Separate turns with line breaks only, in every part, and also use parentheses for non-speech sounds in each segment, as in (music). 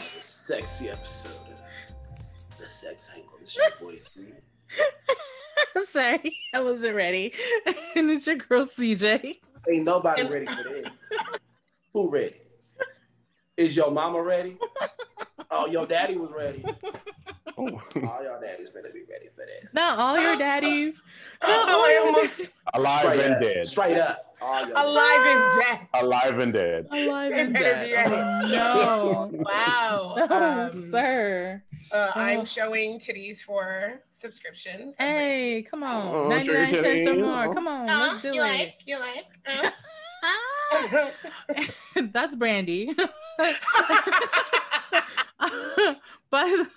sexy episode of the sex angle. This is your boy. Keith.
I'm (laughs) sorry, I wasn't ready. (laughs) and it's your girl CJ.
Ain't nobody
And-
ready for this. Who ready? Is your mama ready? Oh, your daddy was ready.
Oh,
All your daddies better be ready for this.
Not all your daddies. (laughs) Not all
(gasps) I
your (laughs)
almost
daddies.
(laughs) alive
Straight
and
up.
dead.
Straight up. All your
alive and dead.
Alive and dead.
Alive
They
and
better be
dead. Oh, (laughs)
Wow.
no. No,
Um,
Oh, sir.
uh, I'm
Oh.
showing titties for subscriptions. I'm like,
Hey, come on.
Oh,
99
sure,
cents or
Jenny.
more. Come on,
"Uh,
let's do
you
it.
like,
(laughs)
you like. uh."
That's Brandy. (laughs) but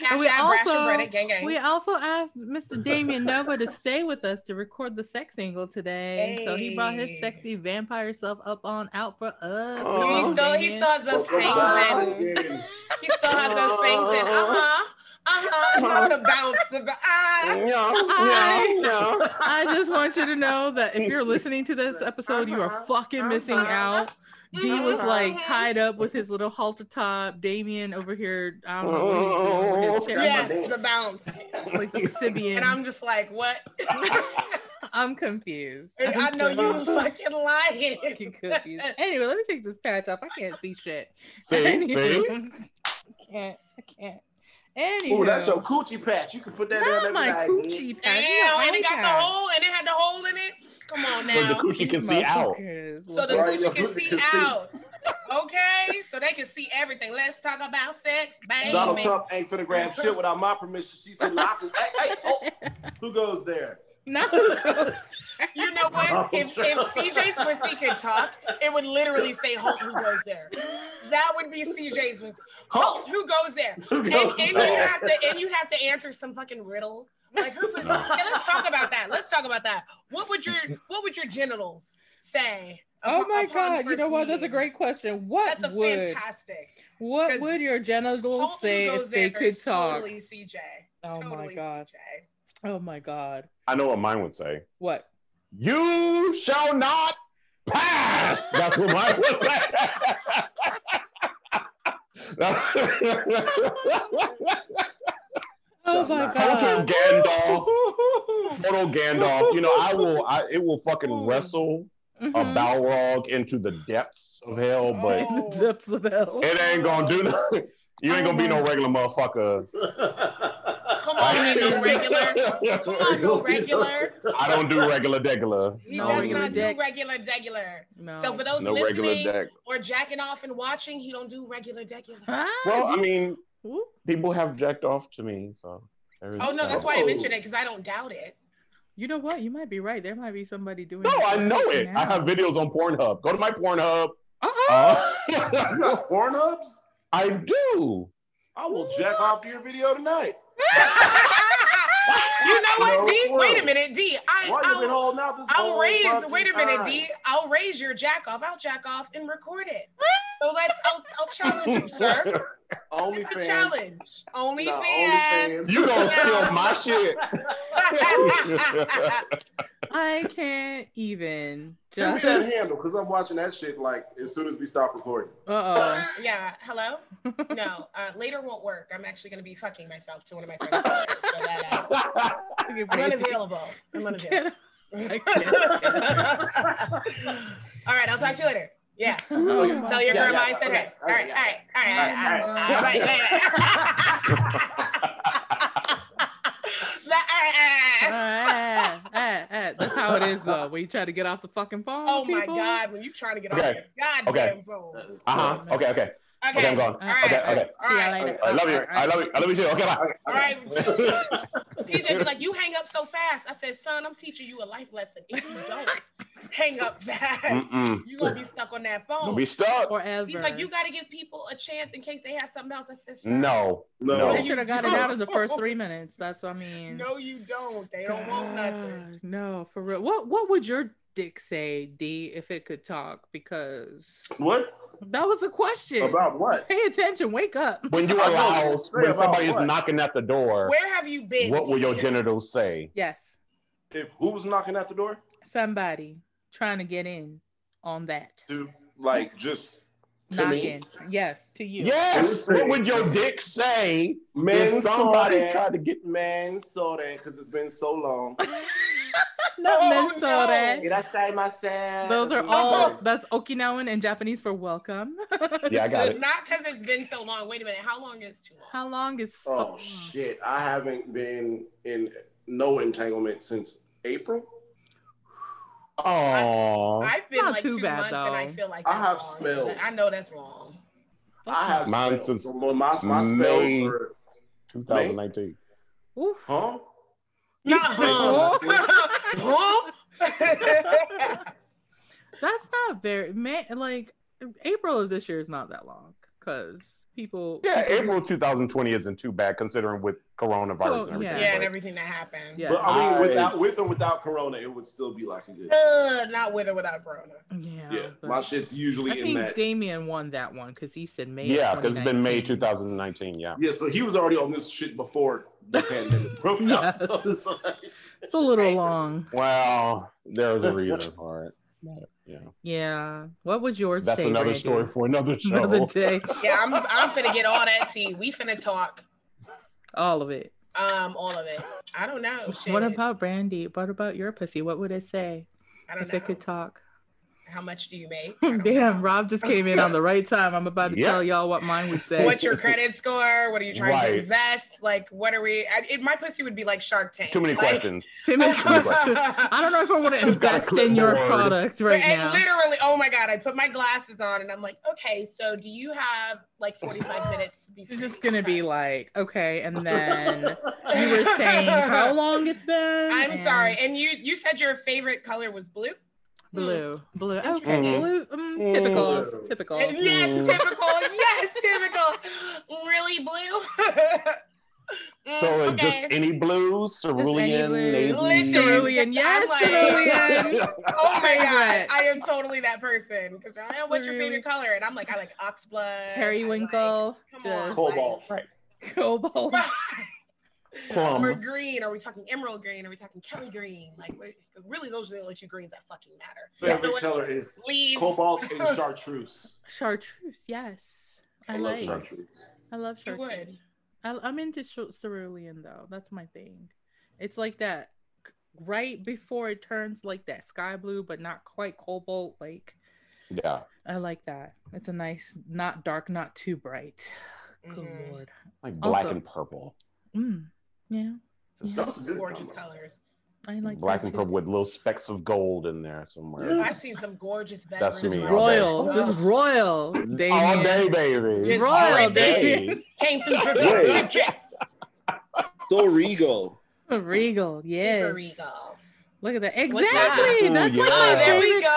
Cash
we
App, Rash
also-
and Reddit, gang, gang.
we also asked Mr. Damien Nova to stay with us to record the sex single today. So he brought his
Hey.
sexy vampire self up on out for us.
Oh,
Come
he
on,
still, he
Damien.
still has those
Welcome
things in.
back, baby.
He still has those things
(laughs)
in. Uh huh. Uh huh. The bounce. The b- ah.
Hi. I just want you to know that
(laughs)
if you're listening to this episode, you
Uh-huh.
are fucking missing out.
Mm-hmm.
D was like tied up with his little halter top. Damien over here, I don't know what he's doing with
Oh.
his chair.
Yes, the bounce.
like the Sibian.
And
I'm,
I'm just like,
(laughs)
what? (laughs)
confused.
I know you
so
fucking lying.
(laughs) fucking confused. Anyway, let me take this patch off. I can't see shit.
(laughs)
(laughs)
See, see?
Anywho. I can't. I can't. Anywho,
Ooh, that's your coochie patch. You can put that
Not
in
my
there every night.
coochie
bitch.
patch.
Damn, and it got the
Icon.
hole, and it had the hole in it. Come on
So the
now.
coochie can see out.
Motherfuckers.
So the
Right, your
coochie can
pussy
see
can see.
out. Okay, so they can see everything. Let's talk about sex, baby.
Donald Trump ain't finna grab shit without my permission. She said, "Lock it." Hey, hey, oh,
(laughs)
who goes there?
(laughs) no.
(laughs) You know what? If, if CJ's pussy could talk, it would literally say Hulk who goes there. That would be CJ's pussy. Hulk
Halt!
who goes there.
Who
And,
goes
and you
there?
have to and you have to answer some fucking riddle. Like who would,
No.
okay, let's talk about that. Let's talk about that. What would your what would your genitals say?
Oh
upon-
my
upon
god! You
first
know what? That's a
meeting?
great question. What
That's a
would
fantastic.
what
'cause
would your genitals
Hulk who
say if
goes
they
there,
could talk?
Totally CJ.
Oh my
Totally
God.
CJ.
Oh my god!
I know what mine would say.
What?
You shall not pass. That's what mine would (laughs) say.
Oh
Something
my
like-
Total
god!
Gandalf. Total Gandalf. You know, I will. I, it will fucking
Ooh.
wrestle a
Mhm.
Balrog into the depths of hell, but
Oh.
in the (laughs) depths of hell.
it ain't gonna do nothing. (laughs) You ain't gonna be no regular motherfucker.
(laughs)
(laughs) Come on,
I
ain't no (laughs) regular. Come on, no regular.
I don't do regular degular.
He
No
does
regular
not
dick.
do regular degular.
No.
So for those
No regular
listening
deck.
or jacking off and watching, he don't do regular degular.
Ah,
Well, I mean,
whoop.
people have jacked off to me, so. there is
Oh no, that's
that.
why I mentioned it because I don't doubt it. (laughs)
you know what? You might be right. There might be somebody doing.
No,
that
I know
right
it. I have
now.
videos on Pornhub. Go to my
Uh-uh.
Pornhub.
Oh!
Uh,
You got Pornhubs?
(laughs) I do.
I will jack off to your video tonight.
you know
No
what, D? Wait
clue.
a minute, D. I,
Why you been
I'll,
holding out this
I'll
whole
raise.
fucking
Wait a minute,
time?
D. I'll raise your jack off. I'll jack off and record it. So let's. I'll, I'll challenge you, sir.
(laughs)
It's a
OnlyFans.
challenge. Only
Nah,
fans.
OnlyFans.
You
(laughs)
gonna steal my shit?
(laughs)
I can't even.
Give me
Just.
that handle, cause I'm watching that shit like as soon as we stop
(laughs)
recording.
Uh oh.
yeah. Hello. No. Uh, later won't work. I'm actually gonna be fucking myself to one of my friends. later, so that, uh,
Uh-huh.
I'm unavailable. I'm unavailable.
I
All right, I'll talk to you later.
(laughs)
Yeah. Tell your
Yeah,
grandma I
yeah,
said
okay,
hey. All right,
okay,
all right, all right, all
yeah.
right, all right.
(laughs)
all right, (laughs) all right.
Ah, ah, ah. That's how it is though. When you try to get off the fucking phone.
Oh my
people.
God, when you trying to get off
Okay,
your goddamn
okay.
phone.
That is
Uh huh.
tough.
Okay. Okay.
Okay,
Okay. I'm gone.
all right,
Okay. Okay.
all
Uh, See y'all
right.
later.
I love you. I love you. I love you too. Okay. Bye.
All
(laughs)
right, PJ be like, you hang up so fast. I said, son, I'm teaching you a life lesson. If you
(laughs)
don't hang up fast,
Mm-mm.
you gonna be stuck on that phone.
Mm. Don't be stuck.
Forever.
He's like, you got to give people a chance in case they have something else. I said, "Sir,
No.
No.
I
No.
should have got it out in the first three minutes. That's what I mean.
No, you don't. They don't want nothing.
God, No, for real. What What would your dick say, D, if it could talk? Because
What?
that was a question.
About what?
Pay attention. Wake up.
When you
I know
allow,
what you're
when
saying
somebody
about
is
what.
knocking at the door,
Where have you been?
what will your genitals say?
Yes,
If who was knocking at the door?
somebody trying to get in on that.
To like just To
knocking. Yes, to you.
Yes. What would your dick say
Man
if
saw
somebody
that.
tried to get?
Man saw that because it's been so
(laughs)
long.
Not
Oh,
Minnesota.
Did I say myself?
Those are all that's Okinawan and Japanese for welcome.
Yeah, I got it.
Not because it's been so long. Wait a minute. How long is too long?
(laughs) How long is so
Oh
long?
shit! I haven't been in no entanglement since April.
Oh,
I've been
Not
like
too
two
bad,
months and I
though.
feel like
I
that's
have
long.
spells.
I know that's long.
I have
Mine
spells.
since
So my, my, my
May.
spells were
2019.
Oof.
huh?
Not
spelled.
(laughs)
huh? Huh?
That's not very man. Like April of this year is not that long because people.
Yeah,
people-
April 2020 isn't too bad considering with coronavirus
Oh,
and everything.
yeah.
yeah, and
but-
everything that happened.
Yeah.
But I mean,
I-
without with or without Corona, it would still be like a good.
Ugh, not with or without Corona.
Yeah.
yeah,
but-
my shit's usually
I
in
think
that.
Damien won that one because he said May. of
yeah, because it's been May
2019.
2019. Yeah.
yeah, so he was already on this shit before the
(laughs)
pandemic broke out.
Yes.
So it's like-
It's a little long.
Well, there's
(laughs)
a reason for it. Yeah.
Yeah. What would yours
That's
say?
another
Randy?
story for another
(laughs)
show.
Another day.
Yeah, I'm I'm finna get all that tea. We finna talk.
All of it.
Um, all of it. I don't know. Oh, Shit.
What about Brandy? What about your pussy? What would it say
I don't
if
know.
it could talk?
How much do you make? I
(laughs)
don't
Damn,
know.
Rob just came in on the right time. I'm about to
Yeah.
tell y'all what mine would say.
What's your credit score? What are you trying
Right.
to invest? Like, what are we? I, it, my pussy would be like Shark Tank.
Too many
Like- (laughs)
questions.
Too many
Too many
questions. I don't know if I want to
He's got a
invest in your
clipboard.
product (laughs) right
and
now.
literally, oh my god, I put my glasses on and I'm like, okay, so do you have like 45 minutes? Before
It's just gonna be like, okay, and
(laughs)
then you were saying how long it's been.
I'm
and
sorry, and you you said your favorite color was blue.
Blue, blue. Okay,
Interesting.
blue. mm, typical,
Mm.
typical.
Yes,
Mm.
typical. Yes, typical. Really blue. (laughs) Mm,
So it's just any blues, cerulean,
blues.
navy. (laughs)
Listen,
Cerulean,
I'm
yes,
like- (laughs)
cerulean.
Oh my god,
favorite.
I am totally that person because I what's your favorite color? And I'm like, I like oxblood, I
Periwinkle,
Come on.
just
Cobalt.
cobalt.
(laughs)
like- (laughs) or
Plum.
green. Are we talking emerald green? Are we talking Kelly green? Like, what- really, those are the only two greens that fucking matter.
Favorite color is
Leaves.
cobalt
(laughs)
and chartreuse.
Chartreuse, yes. I,
I love
like.
chartreuse.
I love
You would.
chartreuse. I, I'm into cer- cerulean though. That's my thing. It's like that c- right before it turns like that sky blue, but not quite cobalt. Like
Yeah.
I like that. It's a nice, not dark, not too bright. Good
Mhm.
lord.
Like black
Also-
and purple.
Mm, yeah, Yeah.
That's a good
Gorgeous
combo.
colors.
I like
black
that
and
too.
purple with little specks of gold in there somewhere.
Yeah.
I've seen some gorgeous
That's
bedrooms.
me all day.
Royal,
Oh.
this is royal.
All
Damien.
Oh, day, baby.
Just
Royal,
all
baby.
day.
Came through drip,
Yeah.
drip, drip, drip.
So regal.
Regal,
Super
yes.
regal.
Look at that.
What's that?
Exactly.
Ooh,
That's
yeah.
my
There we
favorite
go.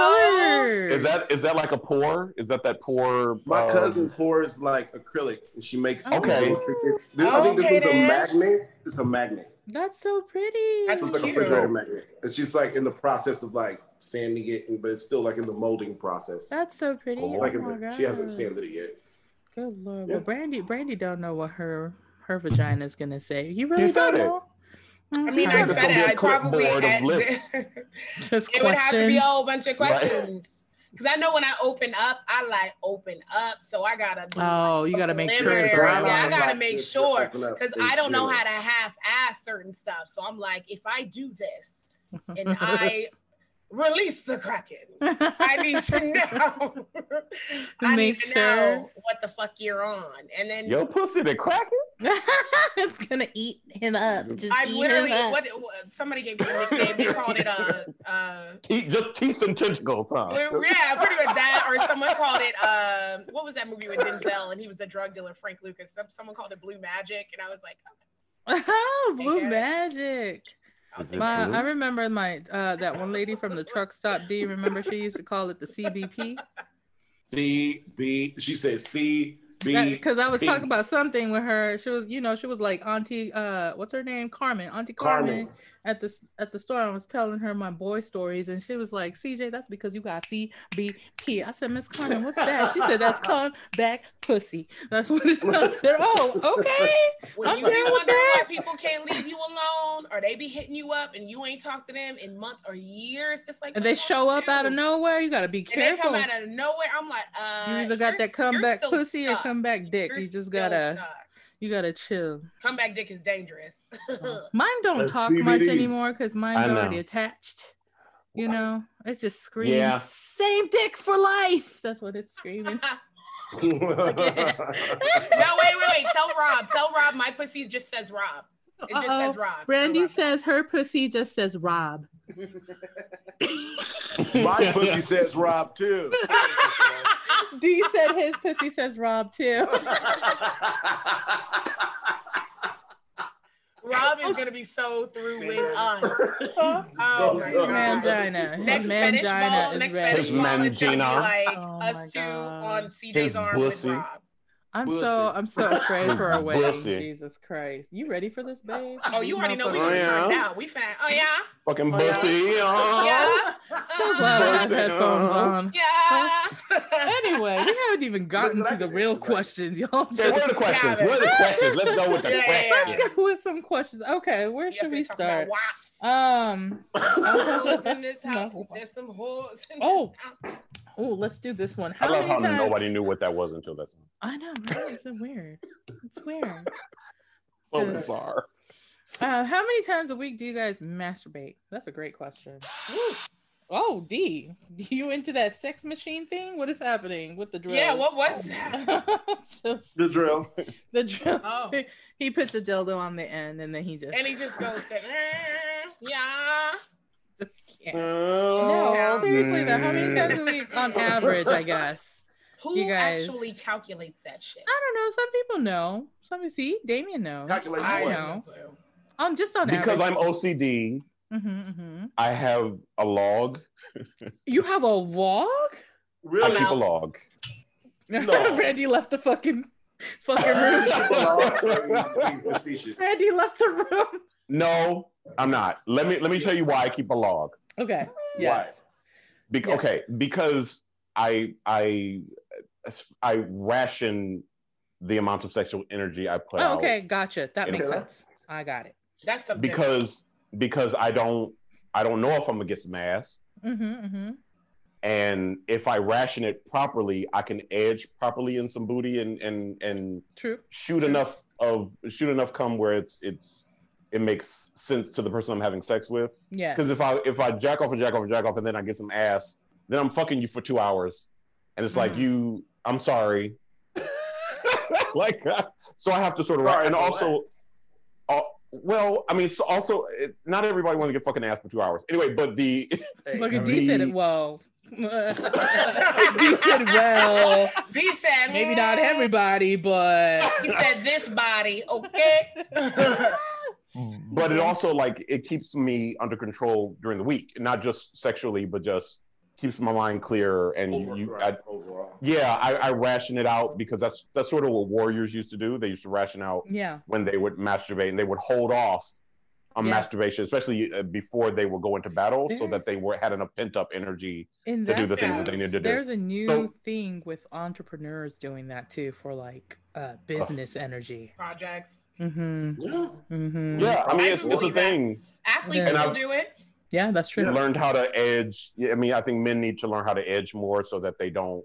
color.
Is that is that like a pour? Is that that pour?
My
um,
cousin pours like acrylic, and she makes these
Okay.
little trinkets. This- I think this
Okay,
one's a
then.
magnet. It's a magnet.
That's so pretty.
That's
It's like a
Cute.
refrigerator magnet. And she's like in the process of like sanding it, and- but it's still like in the molding process.
That's so pretty.
Cool.
Oh
Like in
my
the,
God.
she hasn't sanded it yet.
Good lord.
Yeah.
Well, Brandy, Brandy don't know what her her vagina is gonna say. You really
said
don't
it.
know.
I mean, I
It's
said
gonna be
it.
a
I probably
clipboard of
had,
lists.
just
(laughs) it would have to be a
questions.
whole bunch of
Right.
questions. Because I know when I open up, I like open up. So I gotta be
Oh, you gotta make sure it's
Yeah,
right.
I
on.
gotta
Like,
make
just
sure,
open up
because
and
I don't know
feel it.
how to half-ass certain stuff. So I'm like, if I do this
(laughs)
and I release the kraken, I
(laughs)
need to know. I need
Make
to
sure.
know what the fuck you're on, and then
Yo, pussy, the crack
(laughs) it's gonna eat him up. Just
I
eat
literally
him up.
what what- somebody gave me a nickname. They called it a. Uh,
teeth, just teeth and tentacles, huh?
(laughs)
well, yeah, pretty much that, or someone called it. Um, what was that movie with Denzel and he was the drug dealer Frank Lucas? Some, someone called it Blue Magic, and I was like,
oh, blue
Yeah.
magic.
I'll
Is
take that.
it
My,
blue?
I remember my uh, that one lady from the truck stop. D remember she used to call it the CBP?
C B. She said C B.
because I was
T.
talking about something with her. She was, you know, she was like Auntie, uh, what's her name? Carmen, Auntie Carmen.
Carmen.
at this at the store. I was telling her my boy stories, and she was like, "CJ, that's because you got CBP." I said, "Miss Carmen, what's that?" She said,
(laughs)
"That's come back pussy." That's what it, I said. Oh,
(laughs)
okay.
When
I'm
you
down
be
with
wondering why
that.
people can't leave you alone, or they be hitting you up and you ain't talked to them in months or years, it's like
And
what
they
you
show
gonna
up out of
do?
nowhere. You gotta be
And they
careful.
come out of nowhere. I'm like, uh,
you either got
you're-
that comeback
you're still
pussy or
stuck.
comeback dick.
You're
You just
still
gotta
stuck.
you gotta chill.
comeback dick
(laughs)
is dangerous. (laughs)
Mine don't
That's
talk much
CBD.
anymore because mine's
I know.
already attached. You
Wow.
know, it's just screaming.
Yeah.
Same dick for life. That's what it's
no, (laughs)
screaming.
wait, wait, wait. Tell Rob. Tell Rob my pussy just says Rob. It just
Uh-oh.
says Rob.
Brandy
Tell Rob.
says her pussy just says Rob.
(laughs) My pussy says Rob too.
D said his pussy says Rob too.
Rob is gonna be so through (laughs) with us.
(laughs)
(laughs)
Oh
my
His
God.
mangina. His
Next fetish
mangina
ball,
is
next
red.
fetish
His
ball is gonna be
mangina.
like
Oh my
us two
God.
on CJ's
His
arm
pussy.
with Rob.
I'm
Pussy.
so I'm so afraid for our wedding.
Pussy.
Jesus Christ. You ready for this, babe?
Oh, you already know we
Oh,
gonna
yeah.
turn out. We fan. Oh yeah.
Fucking
Oh,
pussy.
Oh,
Oh.
yeah.
So glad I have
Pussy.
headphones
Uh-huh.
on.
Yeah.
Anyway, we haven't even gotten
Look,
to
look,
the
look,
real
look.
questions, y'all.
Hey, what
Just-
are the questions?
Gavin.
What are the questions? Let's go with
(laughs)
the
Yeah, yeah, yeah.
questions.
Let's go with some questions. Okay, where should we start? Um,
(laughs)
Hoes in this
(laughs)
house.
No.
There's some whores in
Oh.
this house.
oh, let's do this one.
I
How
love
many
how
Oh,
times?
nobody knew what that was until that's
I know, right? It's so weird. It's weird.
so
Yes.
bizarre.
Uh, how many times a week do you guys masturbate? That's a great question. Woo. Oh, D, (laughs) you into that sex machine thing? What is happening with the drill?
Yeah,
(laughs)
what was that?
just
the drill.
the drill. (laughs)
Oh.
He puts a dildo on the end, and then he just
And he just goes to, "Eh, yeah.
just can't.
Uh,
Oh,
No,
No,
seriously though, how many times a week on average? I guess
Who
You guys-
actually calculates that shit?
I don't know. Some people know. Some you see, Damien knows.
Calculate
I
what?
know. Um, just on
Because
average.
I'm OCD,
Mhm, mhm.
I have a log.
You have a walk.
I
Really?
keep a log.
No.
(laughs) Randy left the fucking fucking room.
(laughs) Being facetious.
Randy left the room.
No, I'm not. Let me let me tell you why I keep a log.
Okay. Yes.
Be-
Yeah.
Okay, because I I I ration the amount of sexual energy I put
Oh,
out.
okay. Gotcha. That
You
makes
know?
sense. I got it.
That's something.
Because because I don't I don't know if I'm gonna get some ass,
Mm-hmm, mm-hmm.
and if I ration it properly, I can edge properly in some booty and and and
True.
shoot enough of shoot enough come where it's it's it makes sense to the person I'm having sex with.
Yeah.
Because if I if I jack off and jack off and jack off and then I get some ass, then I'm fucking you for two hours, and it's like
Mm.
Mhm.
you, I'm sorry. (laughs) like uh, so, I have to sort of
Sorry
and
for
also, uh, well, I mean, it's also it, not everybody wants to get fucking ass for two hours. Anyway, but the (laughs)
Hey,
Look
I
at
mean,
D said it well. D said well.
D said, "Mm."
Maybe not
(laughs)
everybody, but
He said, this body, okay?
but
Mm-hmm.
it also like it keeps me under control during the week, not just sexually, but just keeps my mind clear and you, you I,
overall- overall.
yeah, I, I ration it out because that's that's sort of what warriors used to do. They used to ration out
yeah.
when they would masturbate and they would hold off on
Yeah.
masturbation, especially uh, before they would go into battle, so
Fair.
that they were had enough pent up energy.
In
To
that
do the
things that they
sense,
need to do.
There's a new
So-
thing with entrepreneurs doing that too for like uh, business energy.
Projects.
Mm-hmm.
Yeah.
Mm-hmm.
Yeah, I mean,
I
it's,
can
it's a
believe that.
thing.
Athletes
And
will
I've-
do it.
Yeah, that's true.
Learned how to edge. Yeah, I mean, I think men need to learn how to edge more so that they don't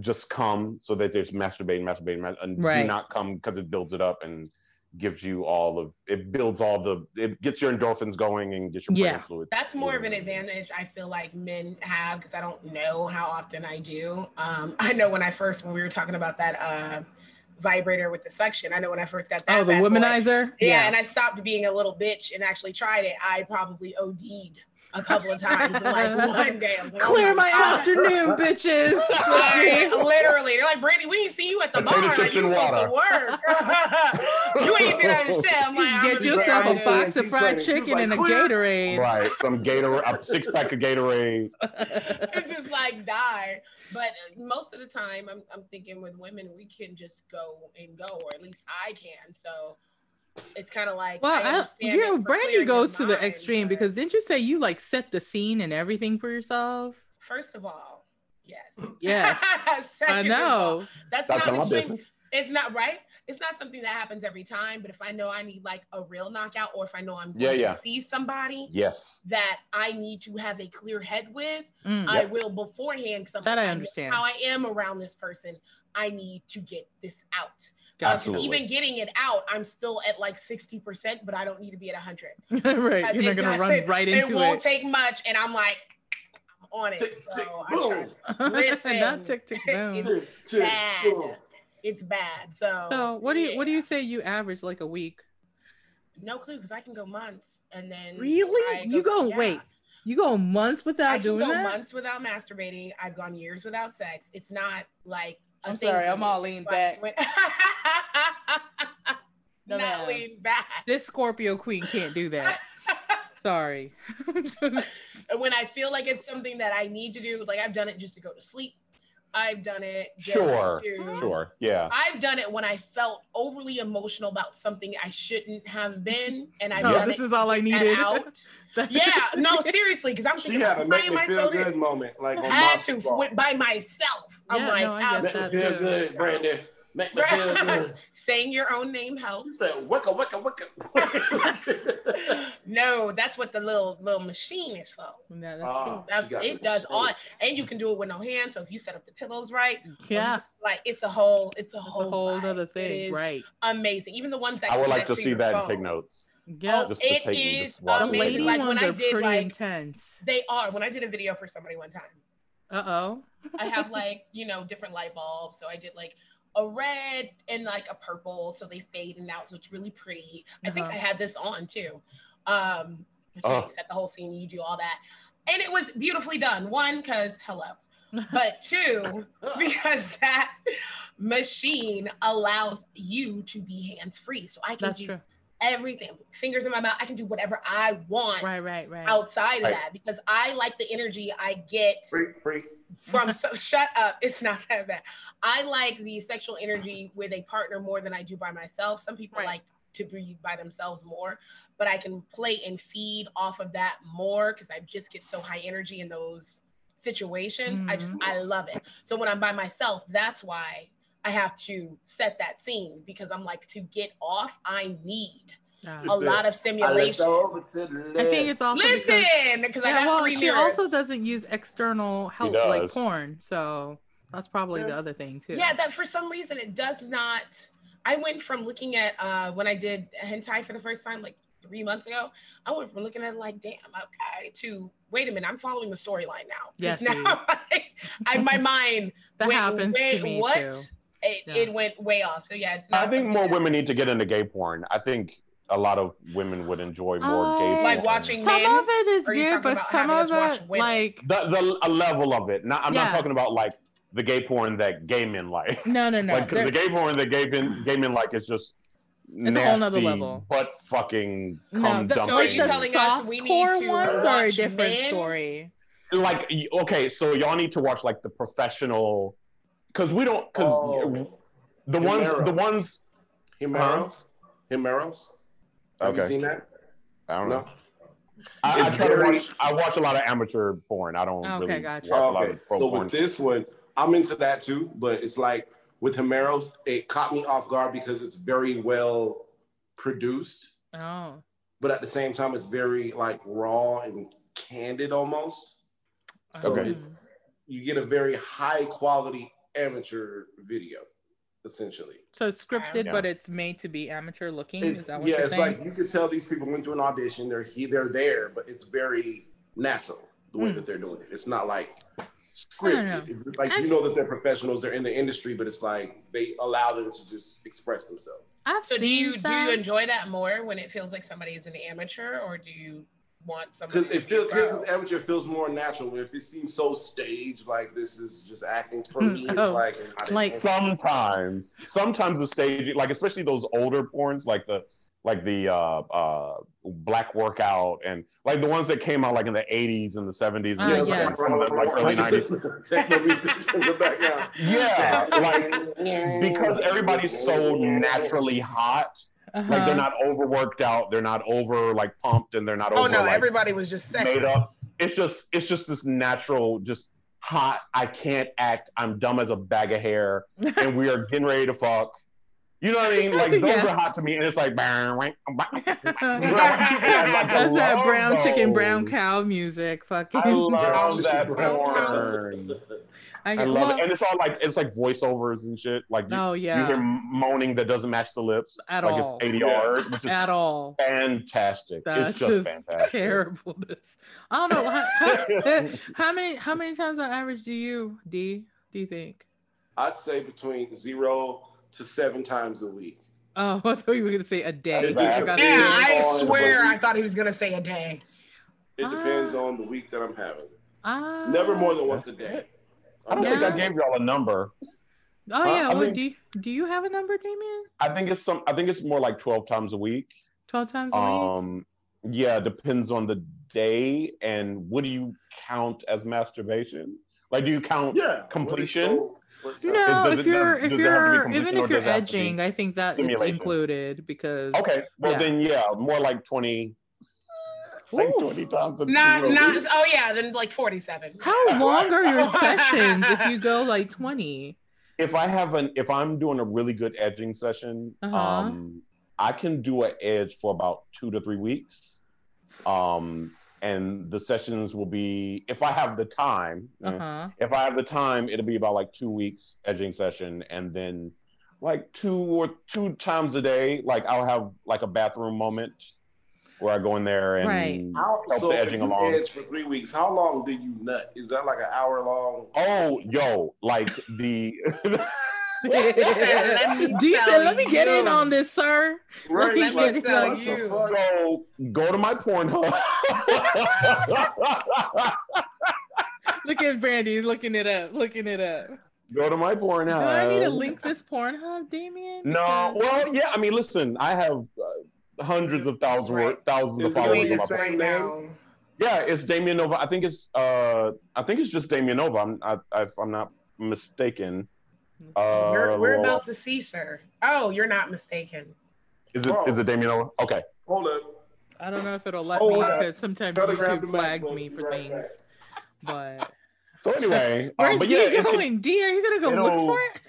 just come, so that there's masturbating, masturbating, mas- and
Right.
do not come because it builds it up and gives you all of it builds all the it gets your endorphins going and gets your
Yeah.
brain fluid.
That's more of an advantage I feel like men have because I don't know how often I do. Um, I know when I first, when we were talking about that uh, vibrator with the suction, I know when I first got that.
Oh, the
bad boy-
womanizer.
Yeah, and I stopped being a little bitch and actually tried it. I probably OD'd a couple of times.
(laughs)
and, like one day, I was like,
clear
oh
my
God. (laughs)
afternoon, bitches.
Like, literally, they're like, Brandy, we ain't seen you at the
Potato
bar. Like,
chips
you
and
was supposed to work. (laughs) you ain't been on the shit. I'm like, I'm
Get
just
yourself
like,
a
Yeah,
(laughs)
box of
she's
fried
like-
chicken
she's like,
and a
"Clear."
Gatorade.
Right, some Gatorade, a six pack of Gatorade.
It's just like die. But uh, most of the time, I'm, I'm thinking with women, we can just go and go, or at least I can. So it's kind of like
well I I, you know brandon goes to the extreme but... because didn't you say you like set the scene and everything for yourself
first of all yes
(laughs)
(laughs)
yes i know all,
that's, that's, not the it's not right it's not something that happens every time but if i know i need like a real knockout or if i know i'm going yeah, yeah. to see somebody
yes
that i need to have a clear head with mm, i yep. will beforehand because
Hmm. that Um, i understand
how i am around this person i need to get this out uh, even getting it out, I'm still at like 60%, but I don't need to be at 100.
(laughs) right. Because You're not going to run it, right into it.
It won't take much. And I'm like, I'm on it. Tick, so tick, boom.
(laughs)
Listen,
not tick, (laughs) tick, boom.
it's tick, bad. Boom. It's bad. So,
so what do you, yeah. what do you say you average like a week?
No clue. Cause I can go months and then
really go, you go, yeah. wait, you go months without
I
doing
go
that?
months without masturbating. I've gone years without sex. It's not like
I'm sorry, I'm all leaned back.
(laughs)
When-
no, Not no. leaned back.
This Scorpio queen can't do that. sorry. (laughs)
when I feel like it's something that I need to do, like I've done it just to go to sleep. I've done it.
Sure. To,
Mm-hmm.
sure. Yeah.
I've done it when I felt overly emotional about something I shouldn't have been, and I. No,
this is all I needed. (laughs)
Out. yeah. No, seriously, because I'm.
She had a make me feel good in. moment, like
I had to with, by myself. Yeah, I'm like, no, I
make me feel good, good Brandon. Make me feel
(laughs)
good.
Saying your own name helps. She
said, "Wicka, wicka,
(laughs) wicka." (laughs) no, that's what the little little machine is for.
No, that's oh, true.
That's, it does machine. all, and you can do it with no hands. So if you set up the pillows right, um,
yeah,
like it's a whole, it's a it's whole, oh,
a whole other thing, right?
Amazing. Even the ones that
I would like to, see that phone. and take notes.
Yeah,
oh, it is amazing. Like when I did,
pretty
like
intense.
They are. When I did a video for somebody one time.
Uh oh.
I have like you know different light bulbs, so I did like a red and like a purple, so they fade and out, so it's really pretty. I uh-huh. think I had this on too. Um, which oh. you set the whole scene, you do all that, and it was beautifully done. One, because hello,
(laughs)
but two, (laughs) because that machine allows you to be hands free, so I can
That's
do.
True.
Everything, fingers in my mouth. I can do whatever I want.
Right, right, right.
Outside of right. that, because I like the energy I get.
Free, free
Oh
from so, shut up it's not that bad i like the sexual energy with a partner more than i do by myself some people right. like to breathe by themselves more but i can play and feed off of that more because i just get so high energy in those situations mm-hmm. i just i love it so when i'm by myself that's why i have to set that scene because i'm like to get off i need uh, a lot of stimulation.
I, think it's also
listen because yeah, I got well, three
she
mirrors.
also doesn't use external help like porn, so that's probably yeah. the other thing too.
Yeah, that for some reason it does not. I went from looking at uh, when I did hentai for the first time, like three months ago, I went from looking at it like, damn, okay, to wait a minute, I'm following the storyline now.
Yes,
(laughs) now I, I, my mind
(laughs) that
went,
happens
wait,
to me
what?
Too.
It, yeah. it went way off. So yeah, it's. I
think more that. women need to get into gay porn. I think a lot of women would enjoy more uh, gay
like watching
some
men,
of it is good but some of it like
the, the a level of it now i'm yeah. not talking about like the gay porn that gay men like
no no no
(laughs) like, cause the gay porn that gay men gay men like is just it's nasty, a whole nother level. But fucking cum no, the, dumping.
So are you telling us we need to
ones
are
a different men? story.
Like okay, so y'all need to watch like the professional, because we don't because oh. the Himeros. ones the ones
Himeros huh? Himeros. Have okay. you seen that?
I don't know. No. I, I, try to watch. I watch a lot of amateur porn. I don't
okay,
really
gotcha.
watch okay. a lot of
pro
so
porn. with this one, I'm into that too, but it's like with Himeros, it caught me off guard because it's very well produced.
Oh.
But at the same time, it's very like raw and candid almost. So okay. it's you get a very high quality amateur video essentially.
So it's scripted, yeah. but it's made to be amateur looking.
It's,
yeah,
it's
saying?
like you could tell these people went through an audition. They're he, they're there, but it's very natural the way mm. that they're doing it. It's not like scripted. Like I've you know that they're professionals, they're in the industry, but it's like they allow them to just express themselves.
I've
so
seen
do you
some...
do you enjoy that more when it feels like somebody is an amateur, or do you? want something
because it feels because amateur feels more natural if it seems so staged like this is just acting for me it's oh, like,
like sometimes sometimes the stage like especially those older porns like the like the uh uh black workout and like the ones that came out like in the 80s and the 70s and
uh, yeah, like,
some, like, like early
(laughs)
90s
techno music in the
(laughs)
background (laughs)
yeah like because everybody's so naturally hot Uh-huh. Like they're not (laughs) overworked out, they're not over like pumped, and they're
(laughs)
not.
Oh
over,
no,
like,
everybody was just sexy.
made up. It's just it's just this natural, just hot. I can't act. I'm dumb as a bag
(laughs)
of hair, and we are getting ready to fuck. You know what I mean? Like those
Yeah.
are hot to me, and it's like, (laughs) "Bah, wah, wah, wah, wah."
That's
(laughs) That's that brown
Longbow.
chicken, brown cow music. Fucking. (laughs)
I love that
Brown cow.
porn.
I
I
get-
love
well,
it, and it's all like it's like voiceovers and shit. Like you,
Oh
you
yeah,
hear moaning that doesn't match the lips
At
like
all.
it's ADR, which is
at
(laughs)
all.
fantastic.
That's
it's just,
just, (laughs)
fantastic.
terribleness. I don't know how, how, (laughs) how many how many times on average do you D do you think?
I'd say between zero to seven times a week.
Oh, (laughs) I thought you were gonna say a day.
Yeah,
I got
Yeah,
it.
I swear I thought he was gonna say a day.
It depends
Ah.
on the week that I'm having.
Ah.
Never more than once a day.
I don't think
Yeah.
I gave y'all a number.
Oh
I-
yeah.
I
What,
think-
do you, do you have a number, Damien?
I think it's some. I think it's more like twelve times a week.
Twelve times a week.
Um, yeah, depends on the day and what do you count as masturbation? Like, do you count?
Yeah.
Completion?
What is- so- what-
No,
does
if
it-
you're
does-
if
does it have to be
you're
completion
even
or
if you're
does it have to be
edging, I think that it's
stimulation?
included because
Okay, well
Yeah.
then, yeah, more like twenty, like
Oof.
twenty times a
Not
a
not
week.
oh yeah, then like forty seven.
How long are your sessions if you go like twenty?
if I have an if I'm doing a really good edging session,
Uh-huh.
um, I can do an edge for about two to three weeks. Um, and the sessions will be if I have the time. eh,
Uh huh.
If I have the time, it'll be about like two weeks edging session, and then like two or two times a day, like I'll have like a bathroom moment where I go in there and
Right.
How,
help
so
the
if
edging
you
along.
edge for three weeks, how long do you nut? Is that like an hour long?
Oh, yo, like
(laughs)
the
Let
D
me
said,
tell
"Let me get in
you.
on this, sir." (laughs) Let me
Right,
get
like,
it done.
what the
You.
fuck?
So go to my Pornhub. (laughs)
Look at Brandy looking it up, looking it up.
go to my Pornhub.
Do I need to link this Pornhub, Damien?
No. Well, yeah. I mean, listen. I have uh, hundreds of thousands,
Right.
thousands of
Is it
followers.
really the
on my
same?
Pornhub.
right now.
Yeah, it's Damian Nova. I think it's. Uh, I think it's just Damian Nova. I'm. I, I, if I'm not mistaken. Uh,
We're, we're about to see, sir. Oh, you're not mistaken.
is it? Is it Damian Nova? Okay.
Hold up.
I don't know if it'll let
Oh,
me
yeah.
because sometimes
Gotta grab the
YouTube flags
MacBook.
me
Be
for
right
things.
back.
But
So anyway, um,
(laughs) where's
but
D
yeah, it- it-
going? D, are you gonna go
it'll-
look for it?